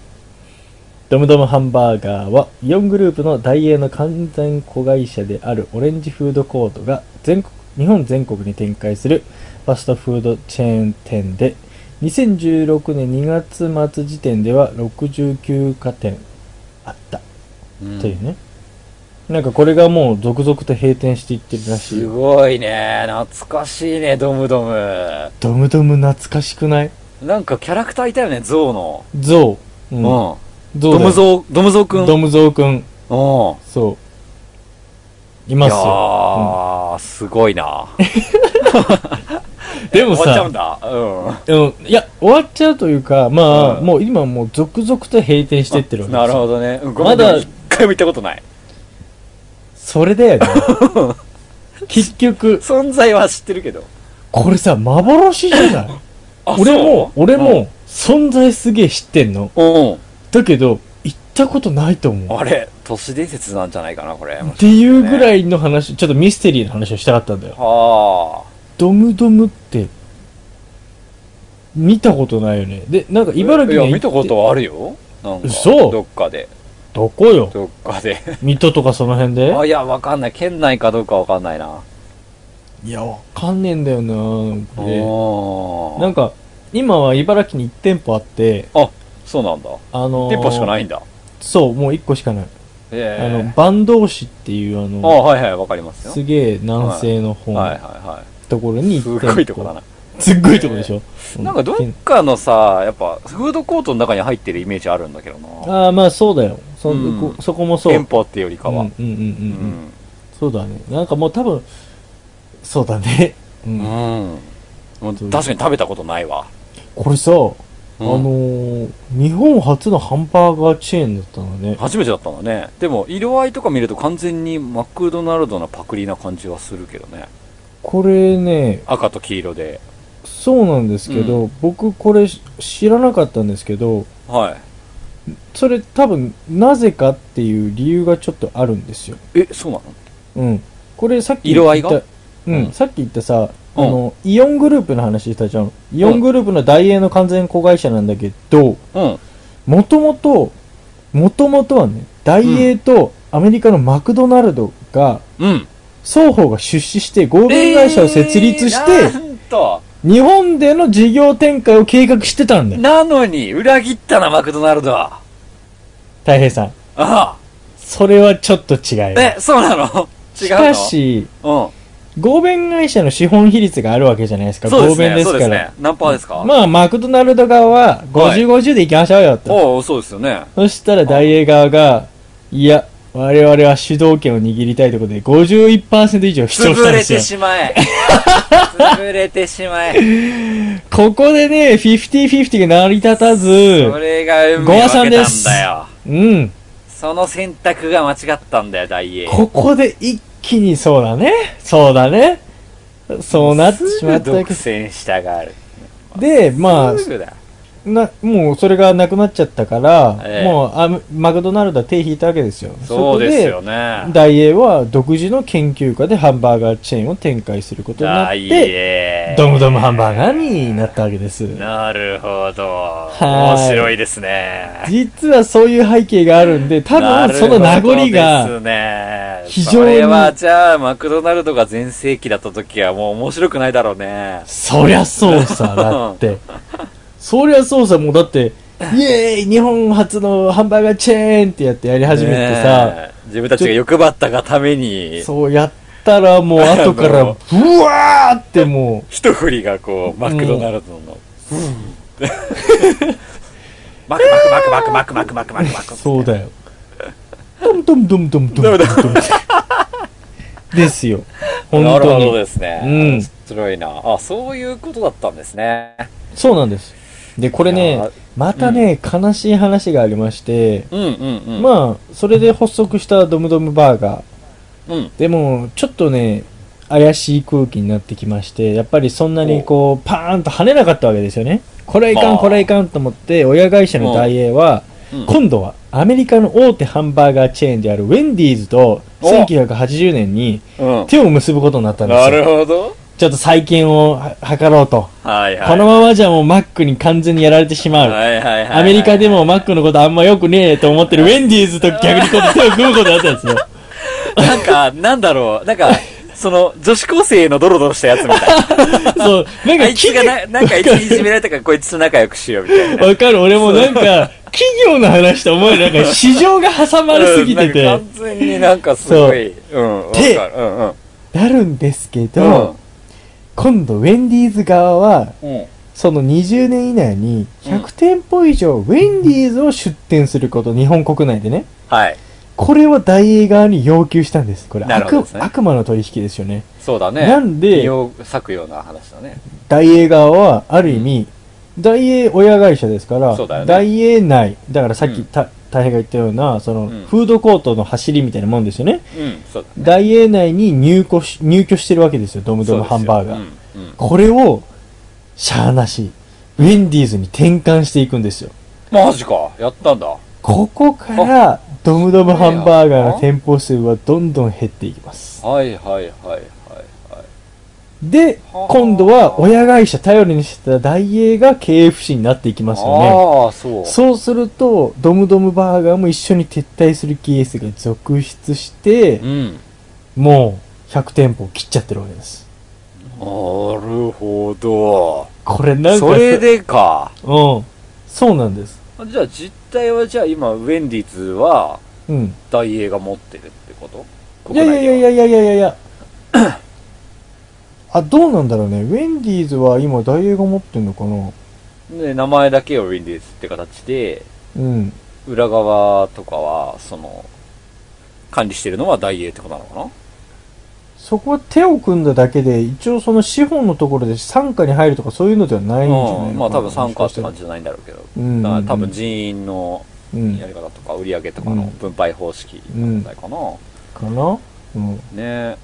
ドムドムハンバーガーは、イオングループの大英の完全子会社であるオレンジフードコートが全国、日本全国に展開するファストフードチェーン店で、2016年2月末時点では69家店あったというね、なんかこれがもう続々と閉店していってるらしいすよごいね。懐かしいね、ドムドム。ドムドム懐かしくないなんかキャラクターいたよね、ゾウの。ゾうウ、うんん。ドゾウだよムゾウ、ドムゾウくん。ドムゾウくんうん。そういいまやすよ、ー、すごいな。うんでも終わっちゃうさんだ。ううんいや終わっちゃうというかまあ、うんもう今もう続々と閉店していってるわん。けでなすよるほどね。うんごめまんでだも一回も行ったことない。そ れだよね結局存在は知ってるけど。これさ幻じゃないあ俺も、そう俺も、存在すげえ知ってんの。うん。だけど、行ったことないと思う。あれ、都市伝説なんじゃないかな、これ。っていうぐらいの話、ちょっとミステリーの話をしたかったんだよ。はドムドムって、見たことないよね。で、なんかあ。茨城にいはや、見行ってたことはあるよ。なんか。嘘どっかで。どこよどっかで。水戸とかその辺であ、いや、わかんない。県内かどうかわかんないな。いや、わかんねえんだよななんかねおーなんか、今は茨城に1店舗あって、あ、そうなんだ。あのー、店舗しかないんだ。そう、もう1個しかない。あの、ええ。坂東市っていうああ、の、はいはい、わかりますよ。すげえ南西の方はいはいのはところい。に1す店舗。ごいとこだな。すっごいとこでしょ、なんかどっかのさ、やっぱ、フードコートの中に入ってるイメージあるんだけどな。ああまあそうだよそ,、うんこそこもそう店舗っていうよりかは。うんうんうんうん、う、うんん。そうだねなんかもう多分そうだね、う、うんん。もう確かに食べたことないわ。これさ、うあんのー、日本初のハンバーガーチェーンだったのね初めてだったんだね。でも、色合いとか見ると完全にマクドナルドのパクリな感じはするけどね。これね赤と黄色で。そうなんですけど、僕これ知らなかったんですけどはそれ多分なぜかっていう理由がちょっとあるんですよい。え、そうなのうんこれさっき色合いが言ったうん、うんさっき言ったさ、うんあのイオングループの話したじゃんイオングループの大英の完全子会社なんだけどうん。もともともともとはね大英とアメリカのマクドナルドがうん。双方が出資して合弁会社を設立して、えーなんと、日本での事業展開を計画してたんだよなのに、裏切ったな、マクドナルドは。太平さんああ。それはちょっと違うよえ、そうなの違うのしか、しうん。合弁会社の資本比率があるわけじゃないですか。そうで合す弁ねでそすうかですらね。何パーですか、まあ、マクドナルド側ははい50、50で行きましょうよと。おおそうですよねそしたら大英側が、いや、我々は主導権を握りたいということで、51%以上主張した潰んでれすよて。しま え潰れてしまえここでね、50-50が成り立たそず、れが運命を分けたんだようん。その選択が間違ったんだよ大英ここで一気にそうだね。そうだね。そうなってしまったすぐわ独け占したがるで、まあ、すぐだなもうそれがなくなっちゃったから、ええもうあマクドナルドは手引いたわけですよ。そうですよこねでダイエーは独自の研究家でハンバーガーチェーンを展開することになっ大て、英ドムドムハンバーガーになったわけです。なるほどは面い白いですね実はそういう背景があるんで、多なる分ほそどの名残ですが、ね非常にそれはじゃあマクドナルドが全盛期だった時はもう面白くないだろうねそりゃそうさ、だって。そりゃそうさ、もうだって、イエーイ日本初のハンバーガーチェーンってやってやり始めてさ、ねえ自分たちが欲張ったがためにそうやったらもう後かあらのブワーっても一振りがこうマクドナルドの、マクマクマクマクマクマクマクマうクそうだよドムドムドムドムドムドムドムですよ本なる当ほどにですね、うん面白いなあそういうことだったんですねそうなんですでこれいやねーまたね、悲しい話がありまして、うんうんうんまあそれで発足したドムドムバーガーうんでもちょっとね怪しい空気になってきましてやっぱりそんなにこうパーンと跳ねなかったわけですよねこれはいかまあんこれはいかんと思って親会社のダイエーはうん今度はアメリカの大手ハンバーガーチェーンであるウェンディーズとお1980年にうん手を結ぶことになったんでなすよるほどちょっと再建をは図ろうと、はいはいこのままじゃもうマックに完全にやられてしまう、はいはいはいはい アメリカでもマックのことあんま良くねえと思ってるウェンディーズと逆にこう手を組むことになったん ですよなんか、なんだろう、なんか、その、女子高生のドロドロしたやつみたいな。そうなんあかいつがな、なんかいついじめられたからこいつと仲良くしようみたいな。わかる、俺もなんか、企業の話と思うよりなんか市場が挟まれすぎてうんなてんか、完全になんかすごい。うん、わかでる。うんうん。なるんですけど、今度ウェンディーズ側は、うん。うんその20年以内に100店舗以上ウェンディーズを出店すること、日本国内でね。はい。これは大映側に要求したんです。これ、なるほど悪ですね悪魔の取引ですよね。そうだね。なんで身を裂くような話だね。大映側は、ある意味、大映親会社ですかそうだよねら、大映内、だからさっうきんた大平が言ったような、その、んフードコートの走りみたいなもんですよね。うん、そうだ。ダイエー内に入居し入居してるわけですよ、ドムドムハンバーガー。そうですようんうんこれを、しゃーなし、ウェンディーズに転換していくんですよ。マジか。やったんだ。ここから、ドムドムハンバーガーの店舗数はどんどん減っていきます。はいはいはいはいはい。で、はあ今度は親会社頼りにしてたダイエーが KFC になっていきますよね。ああ、そう。そうすると、ドムドムバーガーも一緒に撤退するケースが続出してう、ん。もう100店舗を切っちゃってるわけです。なるほど。これなんかさそれでか。うん。そうなんです。じゃあ実態はじゃあ今、ウェンディーズは、うん。ダイエーが持ってるってこといやいやいやいや。やいやいやいやあ、どうなんだろうね。ウェンディーズは今、大映が持ってんのかなで、名前だけをウィンディーズって形で、うん。裏側とかは、その、管理してるのはダイエーってことなのかなそこは手を組んだだけで、一応その資本のところで傘下に入るとかそういうのではないんじゃないのかなうん、まあ多分参加って感じじ。じゃないんだろうけど、うんだから多分人員のうん。やり方とか売り上げとかのうん分配方式なんじゃないかな、かなうん。ね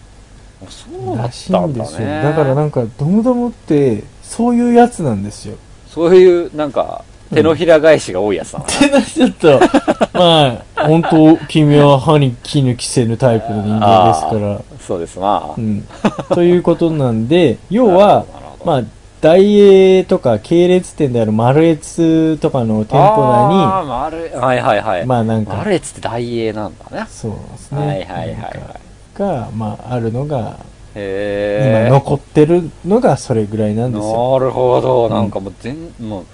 あそうだらっしいたんんだですよ。ねだからなんか、ドムドムって、そういうやつなんですよ。そういうなんか手のひら返しが多いやつだな、ってなっちゃ った。まあ、本当君は歯に衣着せぬタイプの人間ですから。そうですな、 うん、ということなんで、要は、なるほどまあ、ダイエーとか系列店であるマルエツとかの店あ舗ーマルエはいはいは内い。に、まあなんマか、ルエツって大英なんだね。そうですね。はいはいはいなはんいか。が、まあ、あるのが、へ今え。残ってるのがそれぐらいなんですよ。なるほど。なんかもう全、もう、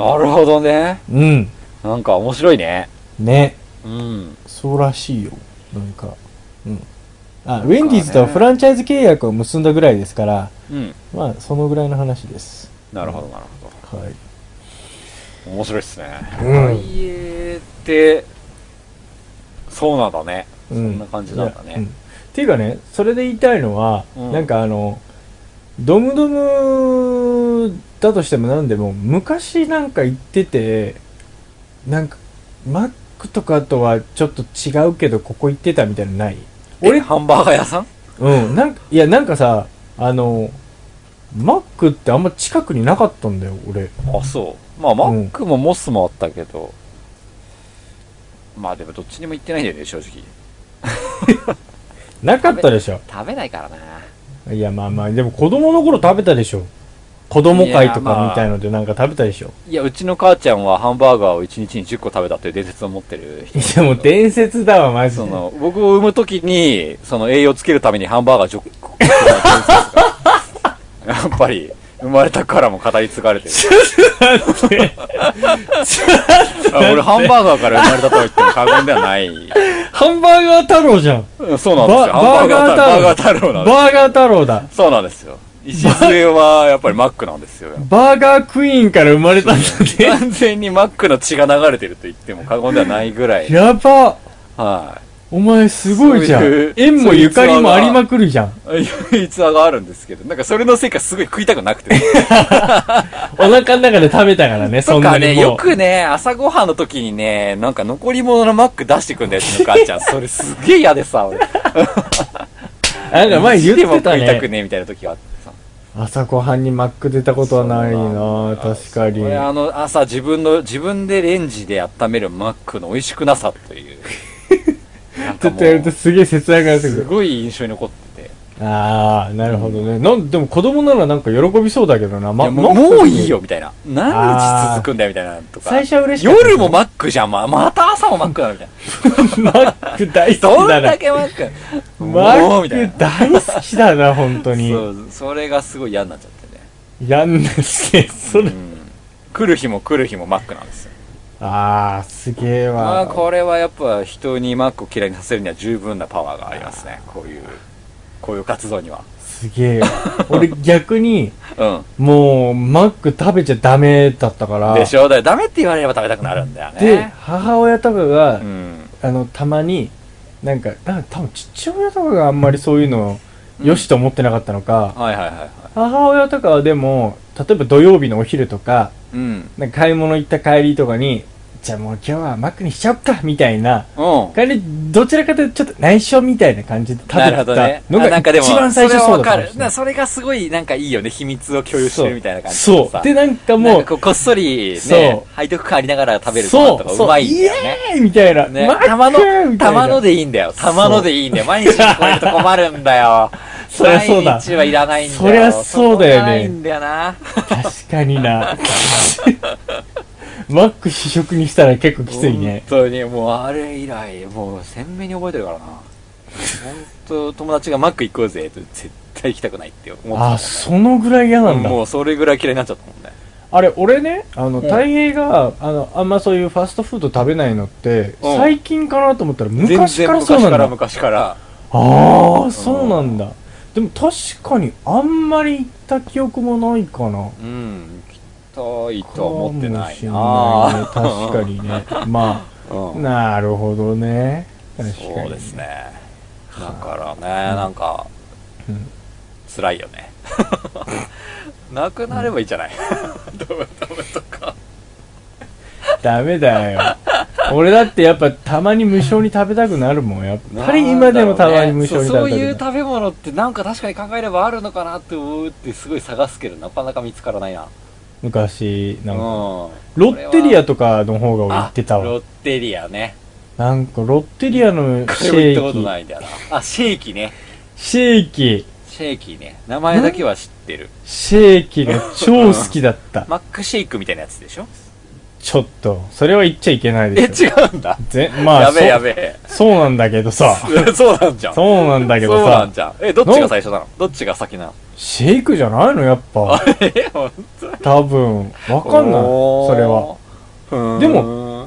なるほどね。うん。なんか面白いね。ね。うん。そうらしいよ。なんか、うん。あウェンディーズとはフランチャイズ契約を結んだぐらいですから、うんまあそのぐらいの話ですなるほどなるほはいど面白いっすねうん家ってそうなんだねそんな感じなんだいやうんっねていうかねそれで言いたいのは、うんなんかあのドムドムだとしてもなんでも昔なんか行っててなんかマックとかとはちょっと違うけどここ行ってたみたいなのない俺ハンバーガー屋さんうん、なんか、いや、なんかさ、あの、マックってあんま近くになかったんだよ、俺。あそうまあマックもモスもあったけど、まあでもどっちにも行ってないんだよね正直なかったでしょ。食べないからないや、まあまあ、でも子供の頃食べたでしょ。子供会とかみたいのでなんか食べたでしょ。いやうちの母ちゃんはハンバーガーを1日に10個食べたっていう伝説を持ってる人 いや、もう伝説だわ、マジそで。の僕を産むときにその栄養つけるためにハンバーガー10個 やっぱり生まれたからも語り継がれてるあ俺ハンバーガーから生まれたとは言っても過言ではないハンバーガー太郎じゃん。うんそうなんですよハババンーガー太郎。バーガー太郎なんですバーガー太郎だ。そうなんですよ。石杖はやっぱりマックなんですよ。バーガークイーンから生まれたんだ ね。完全にマックの血が流れてると言っても過言ではないぐらい。やば。はお前すごいじゃそういんう。縁もゆかりもありまくるじゃん。い。逸話があるんですけど、なんかそれのせいかすごい食いたくなくて。お腹の中で食べた からね、 そとんなかにね、もう。よくね、朝ごはんの時にね、なんか残り物のマック出してくんだよ、うちの母ちゃ ん。それすげえ嫌でさ、俺。なんか前言でもってた食いたねく。ねえみたいな時があってさ。朝ごはんにマック出たことはないな確かに俺あの朝自分の、自分でレンジで温めるマックの美味しくなさと いう。なんちかょっもとやるうとすげえ切なくなってくするごい印象に残ってて。ああなるほどねなんでも子供ならなんか喜びそうだけどな、いま、やもうマックもういいよみたいな何日続くんだよみたいなとか最初は嬉しかった夜もマックじゃん、まあ、また朝もマックだみたいなマック大好どきんだなだけマックマもうみたいッなク大好きだな本当にそうそれがすごい嫌になっちゃってね、やんなすげえそれうん、来る日も来る日もマックなんですよああすげえまあわこれはやっぱ人にマックを嫌いにさせるには十分なパワーがありますねこういうこういう活動にはすげえわ俺逆にうんもうマック食べちゃダメだったからでしょだからダメって言われれば食べたくなるんだよねで母親とかがうんあのたまになんかなんか多分父親とかがあんまりそういうのをよしと思ってなかったのか、はいはいはいはい母親とかはでも例えば土曜日のお昼とかうんなんか買い物行った帰りとかにじゃあもう今日はマックにしちゃおっかみたいなうん帰りどちらかというとちょっと内緒みたいな感じで食べなてるたほどね。のあながんかでも一番最初そうだれはったわかる。なかそれがすごいなんかいいよね。秘密を共有してるみたいな感じそうそうでなんかももううこうこっそりねそ、背徳感ありながら食べるごそ飯とうかそううまいんだよね。イエーイみたいな、ねマックたまのみたい、なたまのでいいんだよ。たまのでいいんだよ。毎日これと困るんだよ。 そりゃそうだ毎日はいらないんだよ。そりゃそうだよこねがないんだよな。確かになマック試食にしたら結構きついね本当に、もうあれ以来、もう鮮明に覚えてるからな。本当友達がマック行こうぜって絶対行きたくないって思ってたもんね。あそのぐらい嫌なんだもうそれぐらい嫌いになっちゃったもんね。あれ俺ねあの太平があのあんまそういうファストフード食べないのってうん最近かなと思ったら昔からそうなんだあ昔からあーそうなんだでも確かにあんまり行った記憶もないかな昔からうんきっといいとは思ってないな かもしれないね確かにねまうんあなるほどね確かにそうですねだからね、なんか、うん辛いよ ねなくなればいいじゃない、 ダメダメとかダメだよ俺だってやっぱたまに無償に食べたくなるもんやっぱり今でもたまに無償に食べたくそうなそういうる食べ物ってなんか確かに考えればあるのかなって思うってすごい探すけどなかなか見つからないな昔なんかロロッテリアとかの方が俺行ってたわロッテリアねなんかロッテリアのこシれも行ったこェとなーキいんだよなあシェーキねシェーキシェーキね名前だけは知ってるシェーキが超好き だった、マックシェイクみたいなやつでしょちょっとそれは言っちゃいけないえ、でしょ違うんだ。ぜまあやべそえやべそうなんだけどさえ。 そうなんじゃん。そうなんだけどそうなんさじゃん。え、どっちが最初なのどっちが先なのシェイクじゃないのやっぱえ、ほん多分 わかんないそれは。はでも、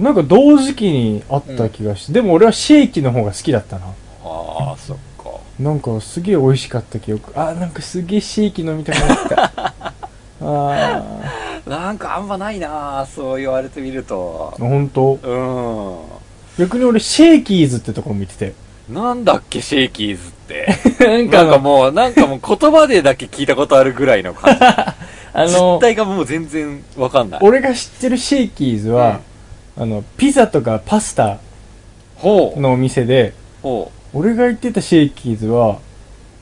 なんか同時期にあった気がして、でも俺はシェイキの方が好きだったなあああそっかなんかすげえ美味しかった記憶あなんかすげえシーキ飲みたくなってきた あなんかあんまないなそう言われてみるとー本当う逆に俺シェーキーズってところ見ててんなんだっけシェイキーズ ってなんなんかあのもう、なんかもう言葉でだけ聞いたことあるぐらいの感じ。 あ実の態がもう全然わかんない。俺が知ってるシェーキーズは、あのピザとかパスタほう。のお店でほ俺が行ってたシェーキーズは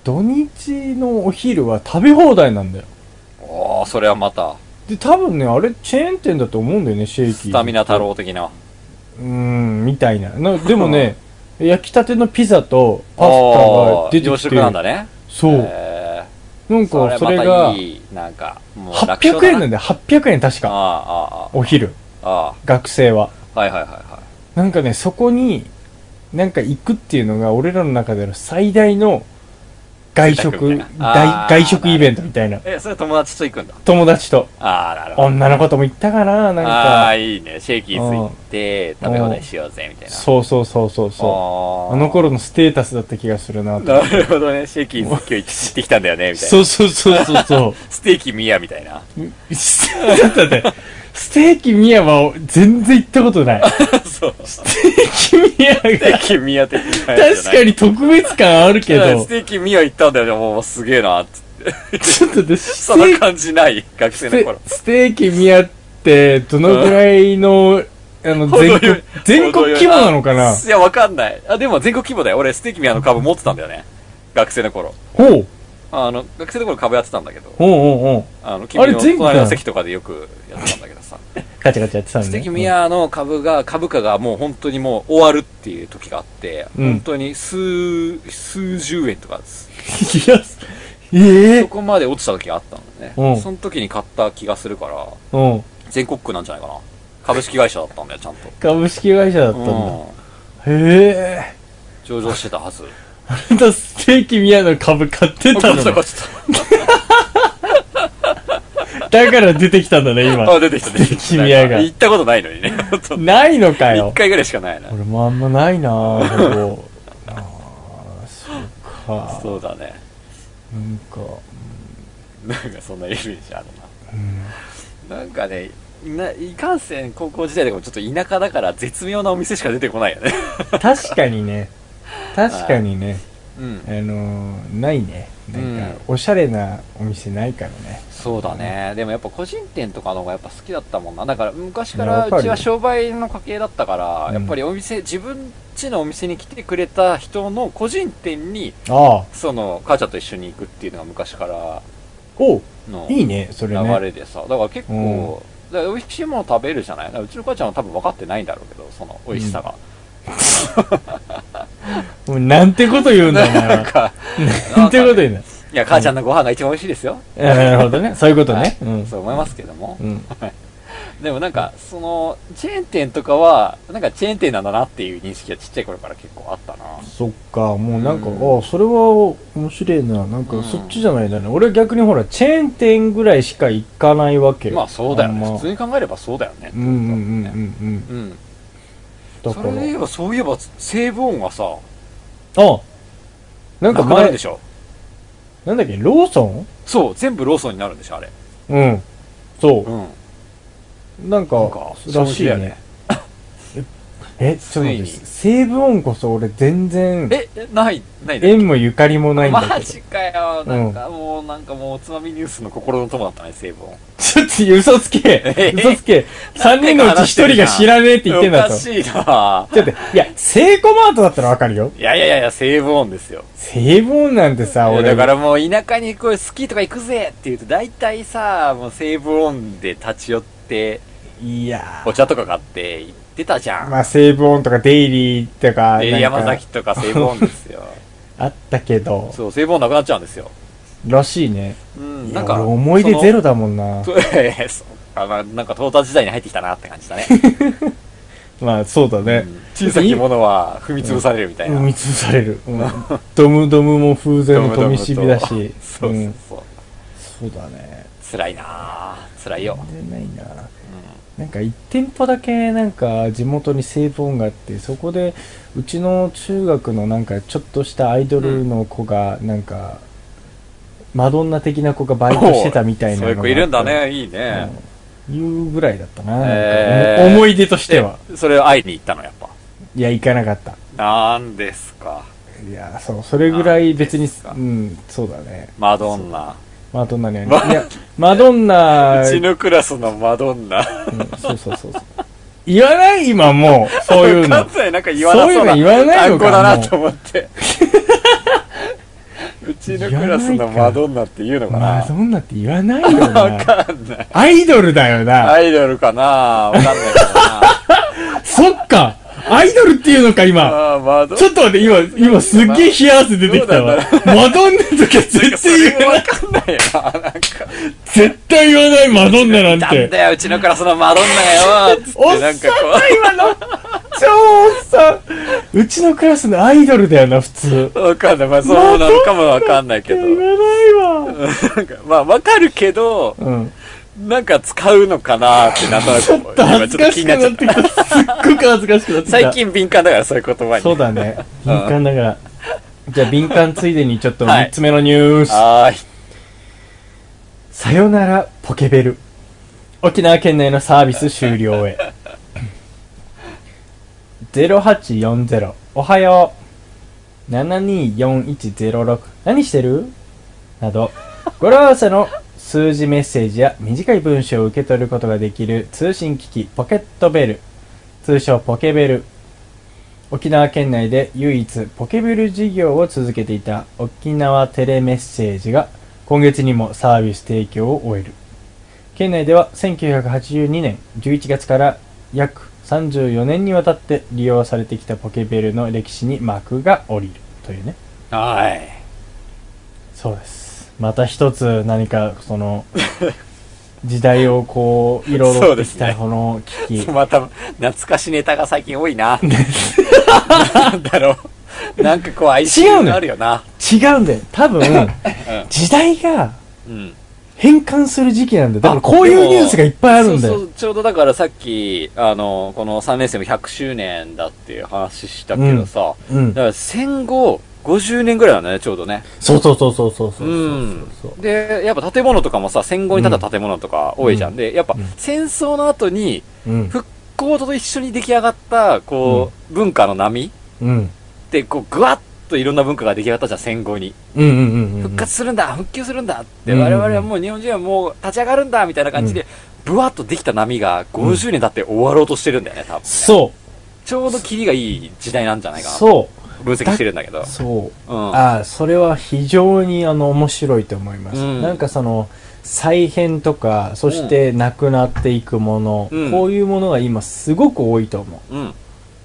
土日のお昼は食べ放題なんだよう。おー、それはまた、で多分ねあれチェーン店だと思うんだよねシェーキーズスタミナ太郎的な。うーんみたいな なでもね焼きたてのピザとパスタが出おーて洋きて食なんだね。そう、へなんーそれかそまれたがいい、なんか、もう楽勝800だ円なんだよ800円確ああか、あお昼あ、あ学生はあ。はいはいはいはなんかねそこになんか行くっていうのが俺らの中での最大の外贅食沢みたいなあ大ー。外食イベントみたいないえ、それ友達と行くんだ。友達とああ、なるほど。女の子とも行ったかななんああ、かいいね。シェイキーズ行って、食べ放題しようぜ、みたいな。そうそうそうそうそあーうあの頃のステータスだった気がするなとなるほどね。シェイキ ーズ今日行ってきたんだよね、みたいな。そうそうそうそうそうステーキミヤみたい な。ちょっと待って、ステーキミヤは全然行ったこと ない。そう。スステーキミヤテーがキミヤ的なやつ確じゃなかい。に特別感あるけだからどス、テーキミヤ行ったんだよね、もうすげえな、つって。ちょっとでスそんテな感じない学生のー頃キ、。ステーキミヤってどのぐらいの、あの、全程よ国い、全国規模なのかあないや、わかんない。あ、でも全国規模だよ。俺、ステーキミヤの株持ってたんだよね。学生の頃。ほう、あの、学生の頃株やってたんだけど。ほうほうほあの、君あれの全国だ隣の席とかでよくやってたんだけどさ。う。ガチャガチャやってたんスねテキミヤの株が、株価がもう本当にもう終わるっていう時があって、うん本当に数、数十円とかです、うんいや、えそこまで落ちた時があったのね。うんその時に買った気がするから、えうん。全国区なんじゃないかな。株式会社だったんだよ、ちゃんと。株式会社だったんだ。へえ。上場してた はず。あんたステーキミヤの株買ってたのそこねちょっだから出てきたんだね、と。今。あ、出てきた、出てきステーキた。ミヤが行ったことないのにね。 本当ないのかよ一。回ぐらいしかないな。俺もあんまないなぁここ あーそうかそうだね。なんかなんかそんなイメージあるな。なんかね、ないかんせん高校時代でもちょっと田舎だから絶妙なお店しか出てこないよ ね。確かにね確かにねうんあ。のーないねなんうんかおしゃれなお店ないからねそうだね。でもやっぱ個人店とかの方がやっぱ好きだったもんな。だから昔かいやらわかるうちは商売の家系だったから、うんやっぱりお店、自分家のお店に来てくれた人の個人店に、ああその、母ちゃんと一緒に行くっていうのが昔からおのいいねそれ流ねれでさ、だから結構、だから美味しいもの食べるじゃないだからうちの母ちゃんは多分分かってないんだろうけど、その美味しさが。もうなんてこと言うんだお前なんはか、なんてこと言う んだいや、母ちゃんのご飯が一番美味しいですよ。あなるほどねそういうことねうはいんそう思いますけども。うんでもなんか、その、チェーン店とかは、なんかチェーン店なんだなっていう認識がちっちゃい頃から結構あったな。そっかもうなんかうんああそれは面白いななんうかんそっちじゃないんだね俺は逆にほらチェーン店ぐらいしか行かないわけまあそうだよね。んま普通に考えればそうだよね。うんうんうんうんうんうん。うん。だそかれで言えらば、そういえば、セーブ音がさ、あなんかなくなる前でしょなんだっけローソンそう、全部ローソンになるんでしょ、あれ。うんそうう、ん。なんかなんからしいそうだよねねえちょっと待っついてに西武音こそ俺全然え、えない、ないね。縁もゆかりもないんだけどマジかよ。なんかもう、なんかもう、おつまみニュースの心の友だったね、セーブ音。ちょっと嘘つけえ嘘つけ3人のうち1人が知らねえって言ってんだおとかちしいなょっといやセイコマートだったらわかるよいやいやいやいや、セーブ音ですよ。西武音なんてさいや俺だからもう田舎にこうスキーとか行くぜって言うと大体さもうセーブオンで立ち寄っていやお茶とか買って行ってたじゃん、まあ西武音とかデイリーとかでなんか山崎とかセーブオンです よあったけどそうセーブオンなくなっちゃうんですよらしいねうんいなやんか俺思い出ゼロだもんなその そうええそうあまあなんかトータ時代に入ってきたなって感じだねまあそうだうねん小さきものは踏み潰されるみたいな、踏み潰される、うんドムドムも風前も飛びしびだドムドムしとそうそうそう、うんそうだね辛いなあ辛いよでないな、なんか1店舗だけなんか地元にセーブ音があってそこでうちの中学のなんかちょっとしたアイドルの子がなんか、マドンナ的な子がバイトしてたみたいなそういうの子がいるんだねいいね、うんいうぐらいだったななんかえー思思い出としてはでそれを会いに行ったのやっぱいや行かなかったなんですかいやそうそれぐらい別にですかうんそうだねマドンナマドンナにはいマやマドンナうちのクラスのマドンナうんそうそうそうそう言わない今もうそういうの関西なんか言わなそうなそういうの言わない単のか語だなと思って うちのクラスのマドンナって言うのかなマドンナって言わないよわなかんないアイドルだよな、アイドルかなわかんないけどなそっかアイドルっていうのか今あーマドン ちょっと待って今今すっげえ冷や汗出てきたわどマドンナとか絶対言わないわかんないよななんか絶対言わないマドンナなんなんてだようちのクラスのマドンナがよつっおってなんさかこんだ今の超おっさんうちのクラスのアイドルだよな普通うわかんないまあそうなのかもわかんないけど 言わないわなんかまあわかるけどうんなんか使うのかなってなんとなくちょっと恥ずかしくなってきた。すっごく恥ずかしくなってきた。最近敏感だからそういう言葉にそうだね。敏感だから。じゃあ敏感ついでにちょっとはい3つ目のニュース。はーいさよならポケベル。沖縄県内のサービス終了 へ。0840。おはよう。724106。何してるなど、語呂合わせの数字メッセージや短い文章を受け取ることができる通信機器ポケットベル。通称ポケベル。沖縄県内で唯一ポケベル事業を続けていた沖縄テレメッセージが今月にもサービス提供を終える県内では1982年11月から約34年にわたって利用されてきたポケベルの歴史に幕が下りるというねはいそうですまた一つ何か その時代をこう彩ってきそうですねたこの機器、また懐かしネタが最近多いな なんだろうなんかこう哀愁があるよな違うんだよ多分時代がうん変換する時期なんだよだからこういうニュースがいっぱいあるんそだうよそうちょうどだからさっきあのこの3年生も100周年だっていう話したけどさ、うんだから戦後50年ぐらいなんだねちょうどねそうそうそうそうそうそうそうそうでやっぱ建物とかもさ戦後に建った建物とか多いじゃん、うんでやっぱうん戦争の後にうん復興と一緒に出来上がったこう、文化の波うんでこうぐわっといろんな文化が出来上がったじゃん戦後にうんうんうんうん復活するんだ、復旧するんだって、うん我々はもう日本人はもう立ち上がるんだみたいな感じで、ぶわっとできた波が50年経って終わろうとしてるんだよね、多分。そちょうどキリがいい時代なんじゃなういかな。そ分析してるんだけどう。そううん。ああそれは非常にあの面白いと思います、うんなんかその再編とかそしてなくなっていくもの、うんこういうものが今すごく多いと思うん。う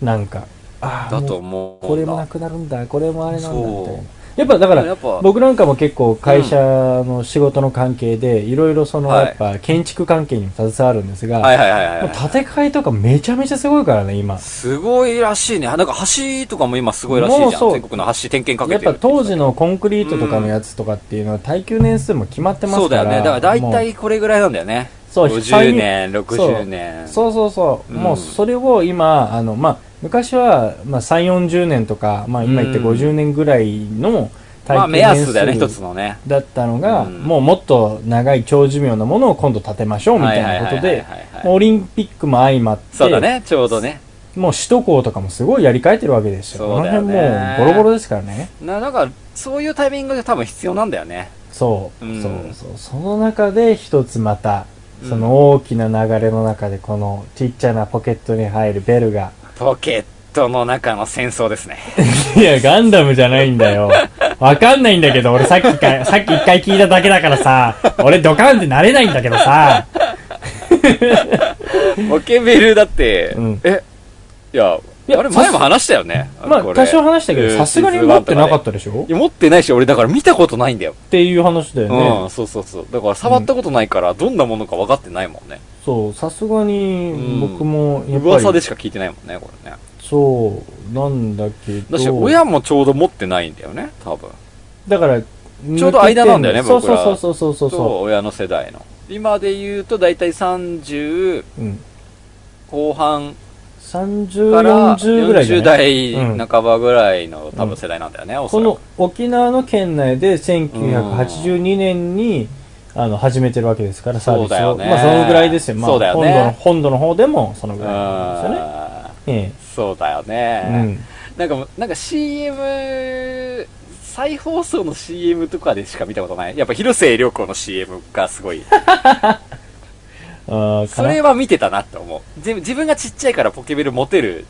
なんかあだあとも思うだ。うんこれもなくなるんだこれもあれなんだそうみたいなやっぱだかやっらぱ僕なんかも結構会社の仕事の関係でいろいろそのはいやっぱ建築関係にも携わるんですが、はいはいはいもうはい。建て替えとかめちゃめちゃすごいからね今すごいらしいね。なんか橋とかも今すごいらしいもうじゃん。そう全国の橋点検かやけってるぱて言当って時たのコンクリートとかのやつとかっていうのは耐久年数も決まってまそうすだかよらね。だから大も体これぐらいなんだよね。うそう50年、60年。そうそうそう、うんもうそれを今あの、まあ、昔は、まあ、3 4 0年とか、まあ、今言ってうん50年ぐらいの耐まあ久目年安数だよね、一つのね。だったのが、うんもうもっと長い長寿命のものを今度建てましょうみたいなことはいではいはいはいはいはいもうオリンピックも相まってそうだね、ちょうどね。もう首都高とかもすごいやり替えてるわけですよそうだよねこの辺もうボロボロですからねななんかそういうタイミングが多分必要なんだよねそう、うんそうそうその中で一つまたうんその大きな流れの中でこのちっちゃなポケットに入るベルがポケットの中の戦争ですね いやガンダムじゃないんだよわかんないんだけど俺さっき かさっき一回聞いただけだからさ俺ドカンってなれないんだけどさポケベルだって、うんえいやいやあれ前も話したよねま あこれ多少話したけえーどさすがに持ってなかったでしょいや持ってないし俺だから見たことないんだよ、っていう話だようねんそうそうそうだから触ったことないからどんなものか分かってないもんねそうさすがうんに僕もやっぱり噂でしか聞いてないもんねこれねそうなんだけどだし親もちょうど持ってないんだよね多分だからちょうど間なんだよね僕らそうそうそうそうそうとそ親の世代の今で言うと大体30ううん後半30、から40ぐらいじゃ40ない代うん半ばぐらいの多分世代なんだよね、おそこらくの沖縄の県内で1982年にあの始めてるわけですからサーそビスうだよを、ねまあ、そのぐらいですよ,、まあ、そうだよね本土の本土の方でもそのぐらいなんですよねあーえそうだよえね、なんかもうなんか CM 再放送の CM とかでしか見たことないやっぱ広末涼子の CM がすごいうんあーかそなれは見てたなって思うぜ自分がちっちゃいからポケベル持てる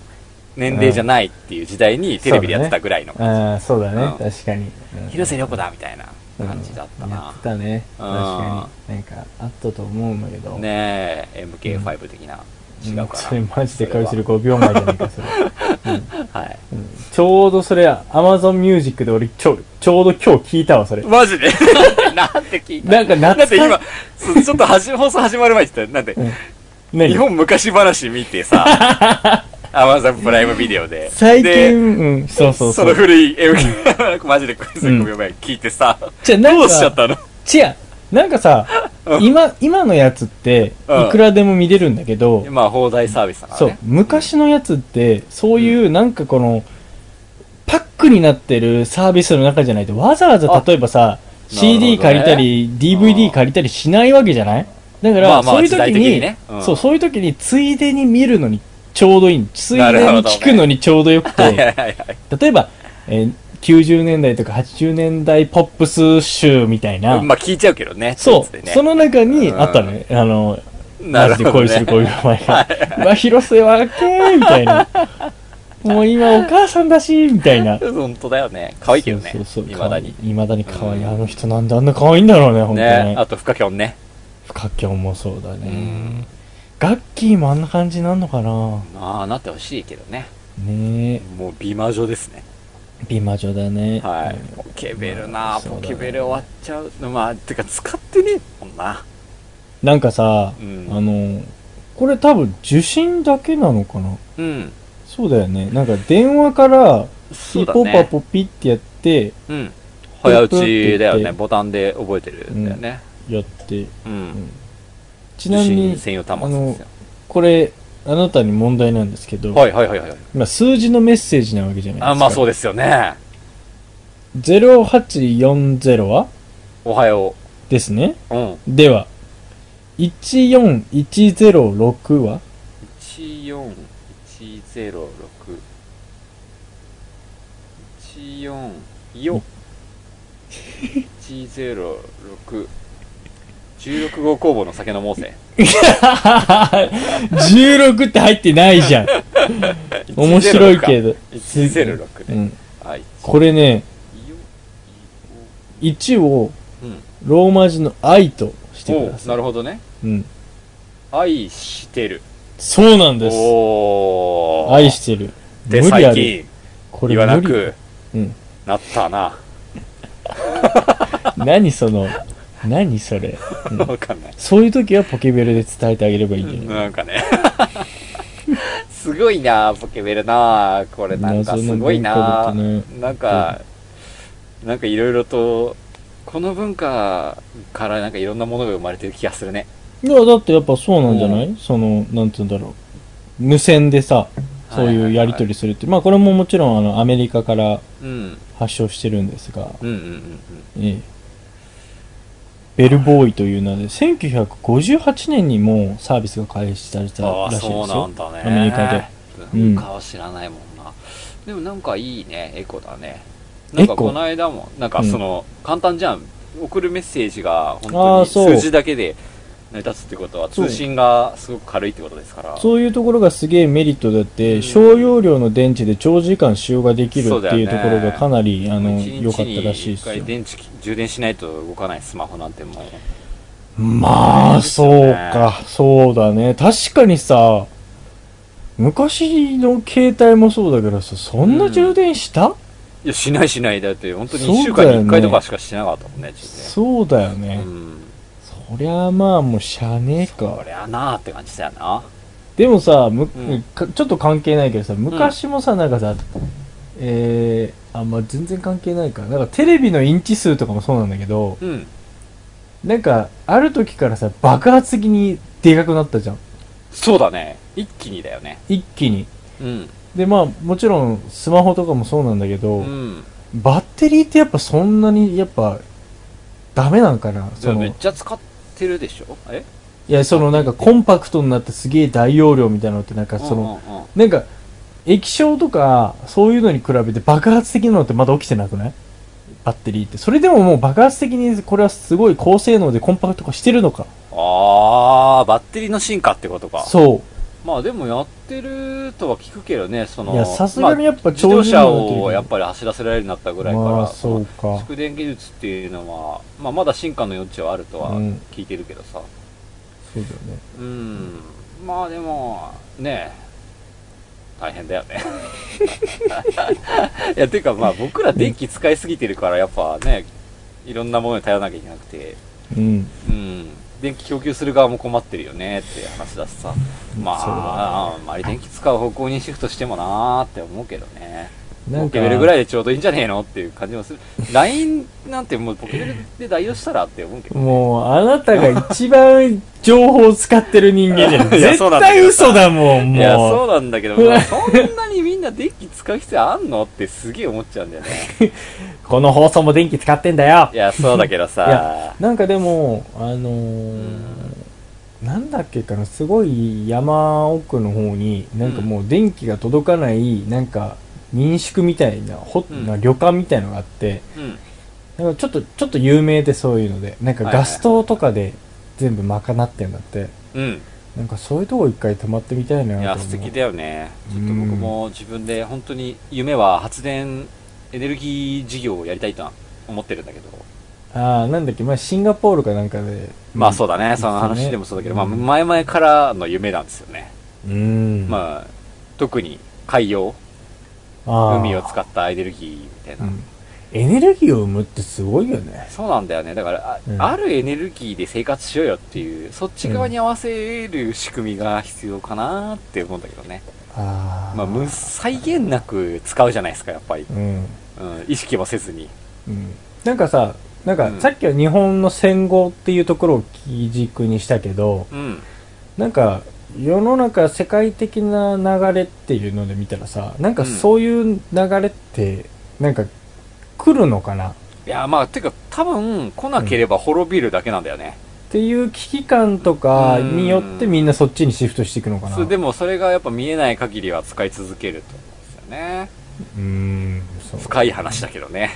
年齢じゃないっていう時代にテレビでやってたぐらいの、あーそうだね、うん確かに、うん広末涼子だみたいな感じだったやなって、たねうん確かになんかあったと思うんだけどねえ MK5 的な、うん違うかなそれマジそでれ返はする5秒前じゃないかそれ、はいうんちょうどそれ Amazon Music で俺ちょちょうど今日聞いたわそれマジで なんて聞いたなんか懐だかっして今、そうちょっとはじ放送始まる前って言ったら、なんで、何日本昔話見て さ、アマゾンプライムビデオで。最で近、うん、そうそそうそうの。古い MK、マジでこれすごい前聞いてさ、じゃあ、どなうしちゃっんたか、の違う。なんかさ、今、今のやつって、うんいくらでも見れるんだけど、まあ、放題サービスだからそうね、。昔のやつって、そういう、なんかこの、パックになってるサービスの中じゃないと、わざわざあ例えばさ、なるほどね CD 借りたり、うん DVD 借りたりしないわけじゃないだから、まあまあそういう時時代的にねうんそう、そういう時に、ついでに見るのにちょうどいい。ついでなるにほどね聞くのにちょうどよく て、はいはいはいはい。例えば、えー90年代とか80年代ポップス集みたいな、まあ、聞いちゃうけどね。そ、ついうつでねそ、の中にうんあったね、あの、なるマジほでど、ね。恋する恋の前が、うわ、広瀬はけーみたいな、もう今お母さんだし、みたいな。本当だよね。可愛いけどね。そうそうそう未だに。いまだに可愛い。うんあの人なんであんな可愛いんだろうね、本当にね。ねあ。と、深きょんね。深きょんもそうだうね。ん。ガッキーもあんな感じなんのかなまあ、なってほしいけどね。ねえ、もう、美魔女ですね。美魔女だね。はい、ポケベルな、そうだポねケベル終わっちゃうまあてか使ってねえもんななんかさ、うんあの、これ多分受信だけなのかなうんそうだよね。なんか電話から、そピうだポねパポピってやって、うん早打ちだよプップって言ねってボタンで覚えてるんだよねやって。うん、ちなみ受に信、専用端末ですよこれ、あなたに問題なんですけど、はいはいはいはい今数字のメッセージなわけじゃないですか。あまあそうう。ですよね0840はおはよですね。ううんでは、14106は 14106 144 106 16号工房の酒の猛省 ?16 って入ってないじゃん。面白いけど。 106うね、ん。はいこれね、いいよ1をうんローマ字の愛としてくだおうなさい。るほどねうん。愛してるそうなんです。おー愛してる。で無理あ最る。近これ言わな無理。くうん。なったな、何その、何それ。うんわかんないそういう時はポケベルで伝えてあげればいいんじゃないなんかね すごいなポケベルなこれなんかすごいな、謎の文化だったねなんかなんかいろいろとこの文化からなんかいろんなものが生まれてる気がするねいや、だってやっぱそうなんじゃない、その、なんて言うんだろう。無線でさ、そういうやり取りするって。まあこれももちろんあの、アメリカからうん発祥してるんですが、うんうんうんええ。ベルボーイという名で、1958年にもうサービスが開始されたうんあらあしいですそうなよん。だねアメリカで文化は知らないもんな、でもなんかいいねエコだねなんかエコこの間もなんかその、簡単じゃん送るメッセージが本当あーにそう数字だけで成り立つってことはそう通信がすごく軽いってことですからそういうところがすげえメリットだって、うん小容量の電池で長時間使用ができるそうってだよいねうところがかなり、あの、一日に良かったらしいで一す回よ。電池充電しないと動かないスマホなんてもうまあ、そうか、そうだね。確かにさ、昔の携帯もそうだけどさ、そんな充電した、いやしないしないだって本当に1週そうだ間よねに1回とかしかしてなかったもんね充そうだよ電ね。うんそりゃまあ、もうしゃあねえこか。りゃなあって感じだよなでもさ、むんかちょっと関係ないけどさ、昔もさ、なんかさ、えー、あ、まあ全然関係ないか。なんかテレビのインチ数とかもそうなんだけど、うんなんか、ある時からさ、爆発的にでかくなったじゃん。そうだね一気にだよね一気にうんでまあもちろんスマホとかもそうなんだけど、うんバッテリーってやっぱそんなにやっぱダメなんかなでそものめいっちゃ使ってるでしょえやそのなんかコンパクトになってすげえ大容量みたいなのってなんかその、うんうんうんなんか液晶とかそういうのに比べて爆発的なのってまだ起きてなくないバッテリーってそれでももう爆発的にこれはすごい高性能でコンパクト化してるのかああバッテリーの進化ってことかそまあでもやってるとは聞くけどねそのいやさすがにやっぱまあ自動超人車になってるけどをやっぱり走らせられるようになったぐうらいから、まあそまうあか蓄電技術っていうのは、まあ、まだ進化の余地はあるとはうん聞いてるけどさそうだよねうん、まあでもねえ大変だよね いやていうかまあ僕ら電気使いすぎてるからやっぱねいろんなものに頼らなきゃいけなくてうんうん、電気供給する側も困ってるよねっていう話だしさ、まそうだねあ、あんまり電気使う方向にシフトしてもなーって思うけどね、なんポかケベルぐらいでちょうどいいんじゃねえのっていう感じもする、LINE なんてもうポケベルで代用したらって思うけど、もう、あなたが一番情報を使ってる人間じゃ ん。いやそうな絶んだ対けど嘘だもん、いや、そもうなんだけ ど、うわそんなにみんな電気使う必要あんのってすげえ思っちゃうんだよね。う。この放送も電気使ってんだよい。や、そうだけどいやさ、、なんかでも、あのーなんだっけかな、すごい山奥の方に、なんかもう電気が届かない、なんか民宿みたいな、ホッうんな旅館みたいのがあって、うん、なんかちょっと、ちょっと有名でそういうので、なんかはいはいガス灯とかで全部賄ってんだって、うん、なんかそういうとこ一回泊まってみたいなとい思や、う素敵だよね。ちょっと僕も自分で本当に夢は発電エネルギー事業をやりたいとは思ってるんだけど。ああ、なんだっけ、まあ、シンガポールかなんかで。まあそうだね、うんその話でもそうだけど、まあん前々からの夢なんですよね。うん。まあ、特に海洋、あー海を使ったエネルギーみたいな。うんエネルギーを生むってすごいよね。そうなんだよね。だから、あうんあるエネルギーで生活しようよっていう、そっち側に合わせる仕組みが必要かなって思うんだけどね。ああ。まあ、無際限なく使うじゃないですか、やっぱりう。ん。うん、意識もせずに。うん。なんかさ、なんうかんさっきは日本の戦後っていうところを基軸にしたけど、うん。なんか世の中世界的な流れっていうので見たらさ、なんかそういう流れって、なんか来るのかなっいや、まあ、てか、多分、来なければ滅びるだけなんだよね。ていう危機感とかによってみんなそっちにシフトしていくのかな。そうでも、それがやっぱ見えない限りは使い続けると思うんですよね。うーん、そう。深い話だけどね。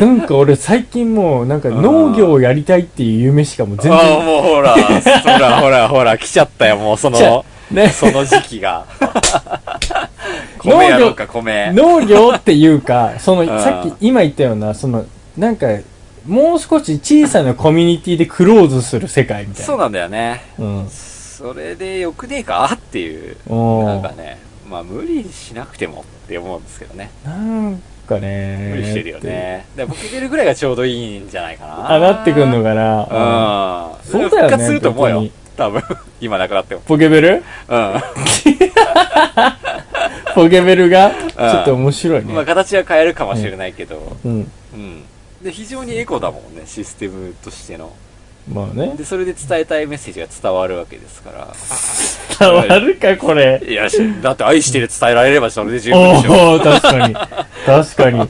なんか俺最近もうなんか農業をやりたいっていう夢しかもう全ああ、然。もうほら、ほらほらほら、来ちゃったよ、もうそ来ちゃの、ね、その時期 が。農業米やろうか、米。農業っていうか、そのんさっき今言ったような、そのなんかもう少し小さなコミュニティでクローズする世界みたいな。そうなんだよね。うん。それでよくねえかっていう。おなんかーね、まあ無理しなくてもって思うんですけどね。なんかね。無理してるよ。ね。で、ボケてるぐらいがちょうどいいんじゃないかな。上がってくんのかな。うんうん。そうだ復よね活すると思う本よ。多分。 今なくなっても。ポケベルうん。ポケベルがちょっと面白いまあね。形は変えるかもしれないけど。うん。うん。で、非常にエコだもんね、システムとしての。まあねで、。それで伝えたいメッセージが伝わるわけですから。伝わるか、これ。いや、しだって愛してる伝えられればそれで十分でしょ。おお確かに確かに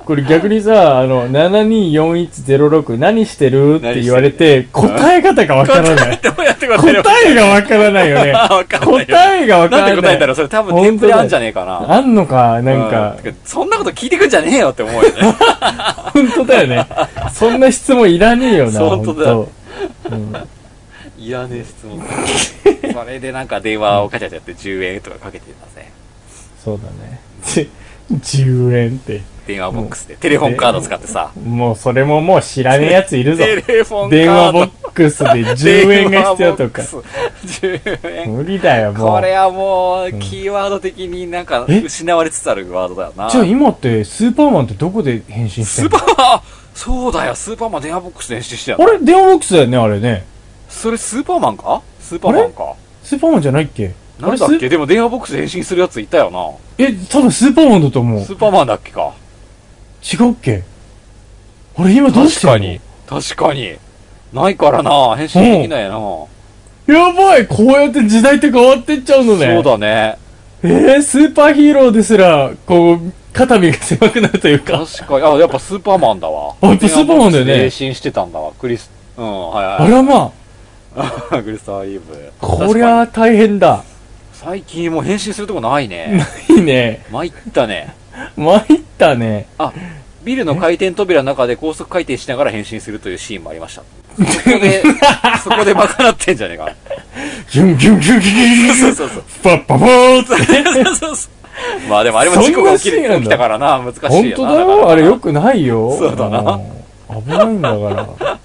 これ逆にさあの724106何してるって言われて答え方がわからないどうやって答えれば答えがわからないよ ねわかんないよ。答えがわか ならなんいて答えたらそれ多分テンプレあんじゃねえかな。あんのかなんかう、てそんなこと聞いてくんじゃねえよって思うよね。本当だ よねそんな質問いらねえよな本当だ本 いらねえ質 問。それでなんか電話をカチャカチャって10円とかかけてたぜ。当そうだねじ10円って電話ボックスで。テレフォンカード使ってさ。もうそれももう知らねえやついるぞテレフォンカード。電話ボックスで10円が必要とか電話ボックス10円。無理だよもうこれはもう、キーワード的になんかえ失われつつあるワードだよな。じゃあ今ってスーパーマンってどこで変身してスーんパのーマン、そうだよ、スーパーマン電話ボックス練習してたあれ電話ボックスだよねあれね。それスーパーマンかスーパーマンか。スーパーマンじゃないっけなんだあっれけスでも電話ボックスで変身するやついたよな。え、多分スーパーマンだと思う。スーパーマンだっけか。違うっけあれ今どうしてんの確かに。ないからな変身できないな、やばいこうやって時代って変わってっちゃうのね。そうだねえー、スーパーヒーローですら、こう、肩身が狭くなるというか。確かにあやっぱスーパーマンだわあやっぱスーパーマンだよね変身してたんだわクリスうんはいあはらまあ、い クリスター・イーブこりゃ確かに大変だ。最近もう変身するとこないねいいね。参ったね参ったね。あビルの回転扉の中で高速回転しながら変身するというシーンもありましたそこ でそこでバカなってんじゃねえかギュンギュンギュンギュンギュンギュンギそュうンそうそうパッパパーって。そうそうそうまあでもあれも事故が起きそんなシーンなんだる起きたからな難しいよな本当だからよ。あれ良くないよ。そうだなうん。危ないんだから。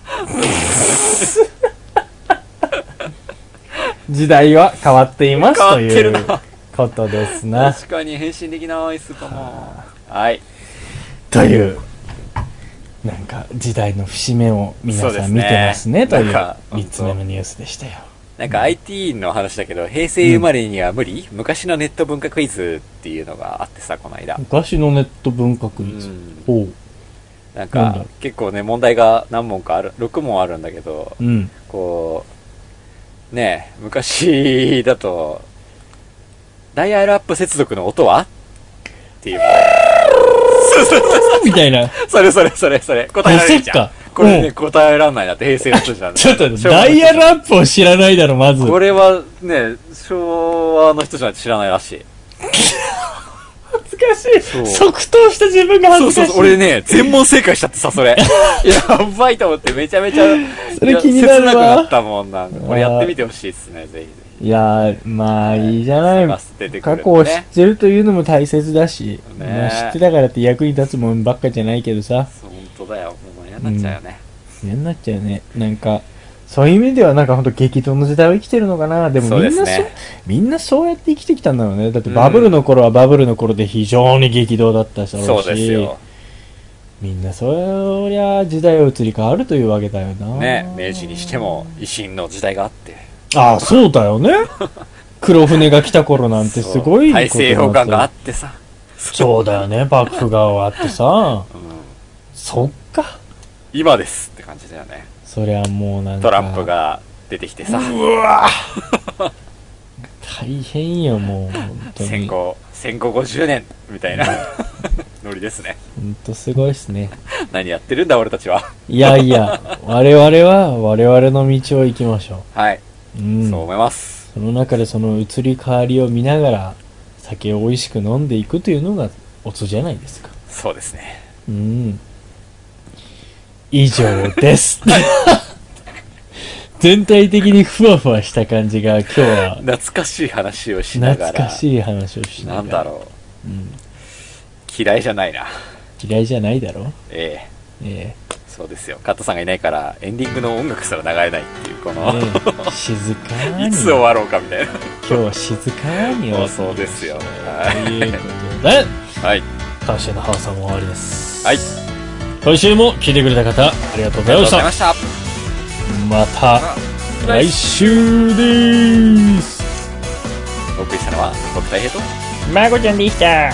時代は変わっています変わとっているなうことですな。確かに変身できないスーパーマンはいという、なんか時代の節目を皆そうでさすん見ねてますね、といなんうか3つ目のニュースでしたよ。なんか IT の話だけど、平成生まれには無理、昔のネット文化クイズっていうのがあってさ、この間。昔のネット文化クイうズ。んおう。なんなんだろかう、結構ね、問題が何問かある、6問あるんだけどう、ん。こう、ねえ昔だと、ダイヤルアップ接続の音はっていう。 みたいな。それそれそれそれ、答えられるじゃんあそっか。これね、うん答えらんないなって平成の人じゃん。ちょっ と待って、昭和のダ人イヤルアップを知らないだろ、まず。これはね、昭和の人じゃないと知らないらしい。恥ずかしい。そう即答した自分が恥そうずそうかしい。そう、俺ね、全問正解しちゃってさ、 それ。やばいと思って、めちゃめちゃ、それ気になるわいや切なくなったもんなんで、これやってみてほしいですね、ぜひぜひ。いやー、まあいいじゃない。探して出てくる過んで去を知っね。てるというのも大切だし、ねまあ知ってたからって役に立つもんばっかじゃないけどさ、そう本当だよ、もう嫌になっちゃうよね。嫌になっちゃうね。なんか、そういう意味ではなんかほんと激動の時代を生きてるのかな。でもそうみでんすなそう、ね。みんなそうやって生きてきたんだろうね。だってバブルの頃はバブルの頃で非常に激動だったし、そうですよ。みんなそりゃ時代は移り変わるというわけだよな。ね、明治にしても、維新の時代があって。ああ、そう だよね。黒船が来た頃なんてすごいそう大政奉還があっっこてさ。とになったそうだよね、幕府が終わってさ。うんそっか。今ですって感じだよね。そりゃもうなんか。トランプ。が出てきてさ、大変よ、もう。本当に戦。後、戦後50年みたいなノリですね。本当すごいっすね。何やってるんだ、俺たちは。いやいや、我々は我々の道を行きましょはい、う。うん。そう思います。その中でその移り変わりを見ながら、酒を美味しく飲んでいくというのがおつじゃないですか。そうですね。うん。以上 です。全体的にふわふわした感じが今日は懐かしい話をしなが懐ら。かしい話をしななんがだら。ろうんう。嫌いじゃないな。嫌いじゃないだろえええそうですよ。カットさんがいないから、エンディングの音楽すら流れないっていう、こえの、ねえ静かに。いつ終今わろうかみたいな。日は静かに終わっ放て送ですよとはいいうことで、はい。今週の放送も終わりです。はい。今週も聞いてくれた方、ありがとうごあざいまりがとうごしざいたま。した。また来週です。お送りしたのは、僕大平と、まこちゃんでした。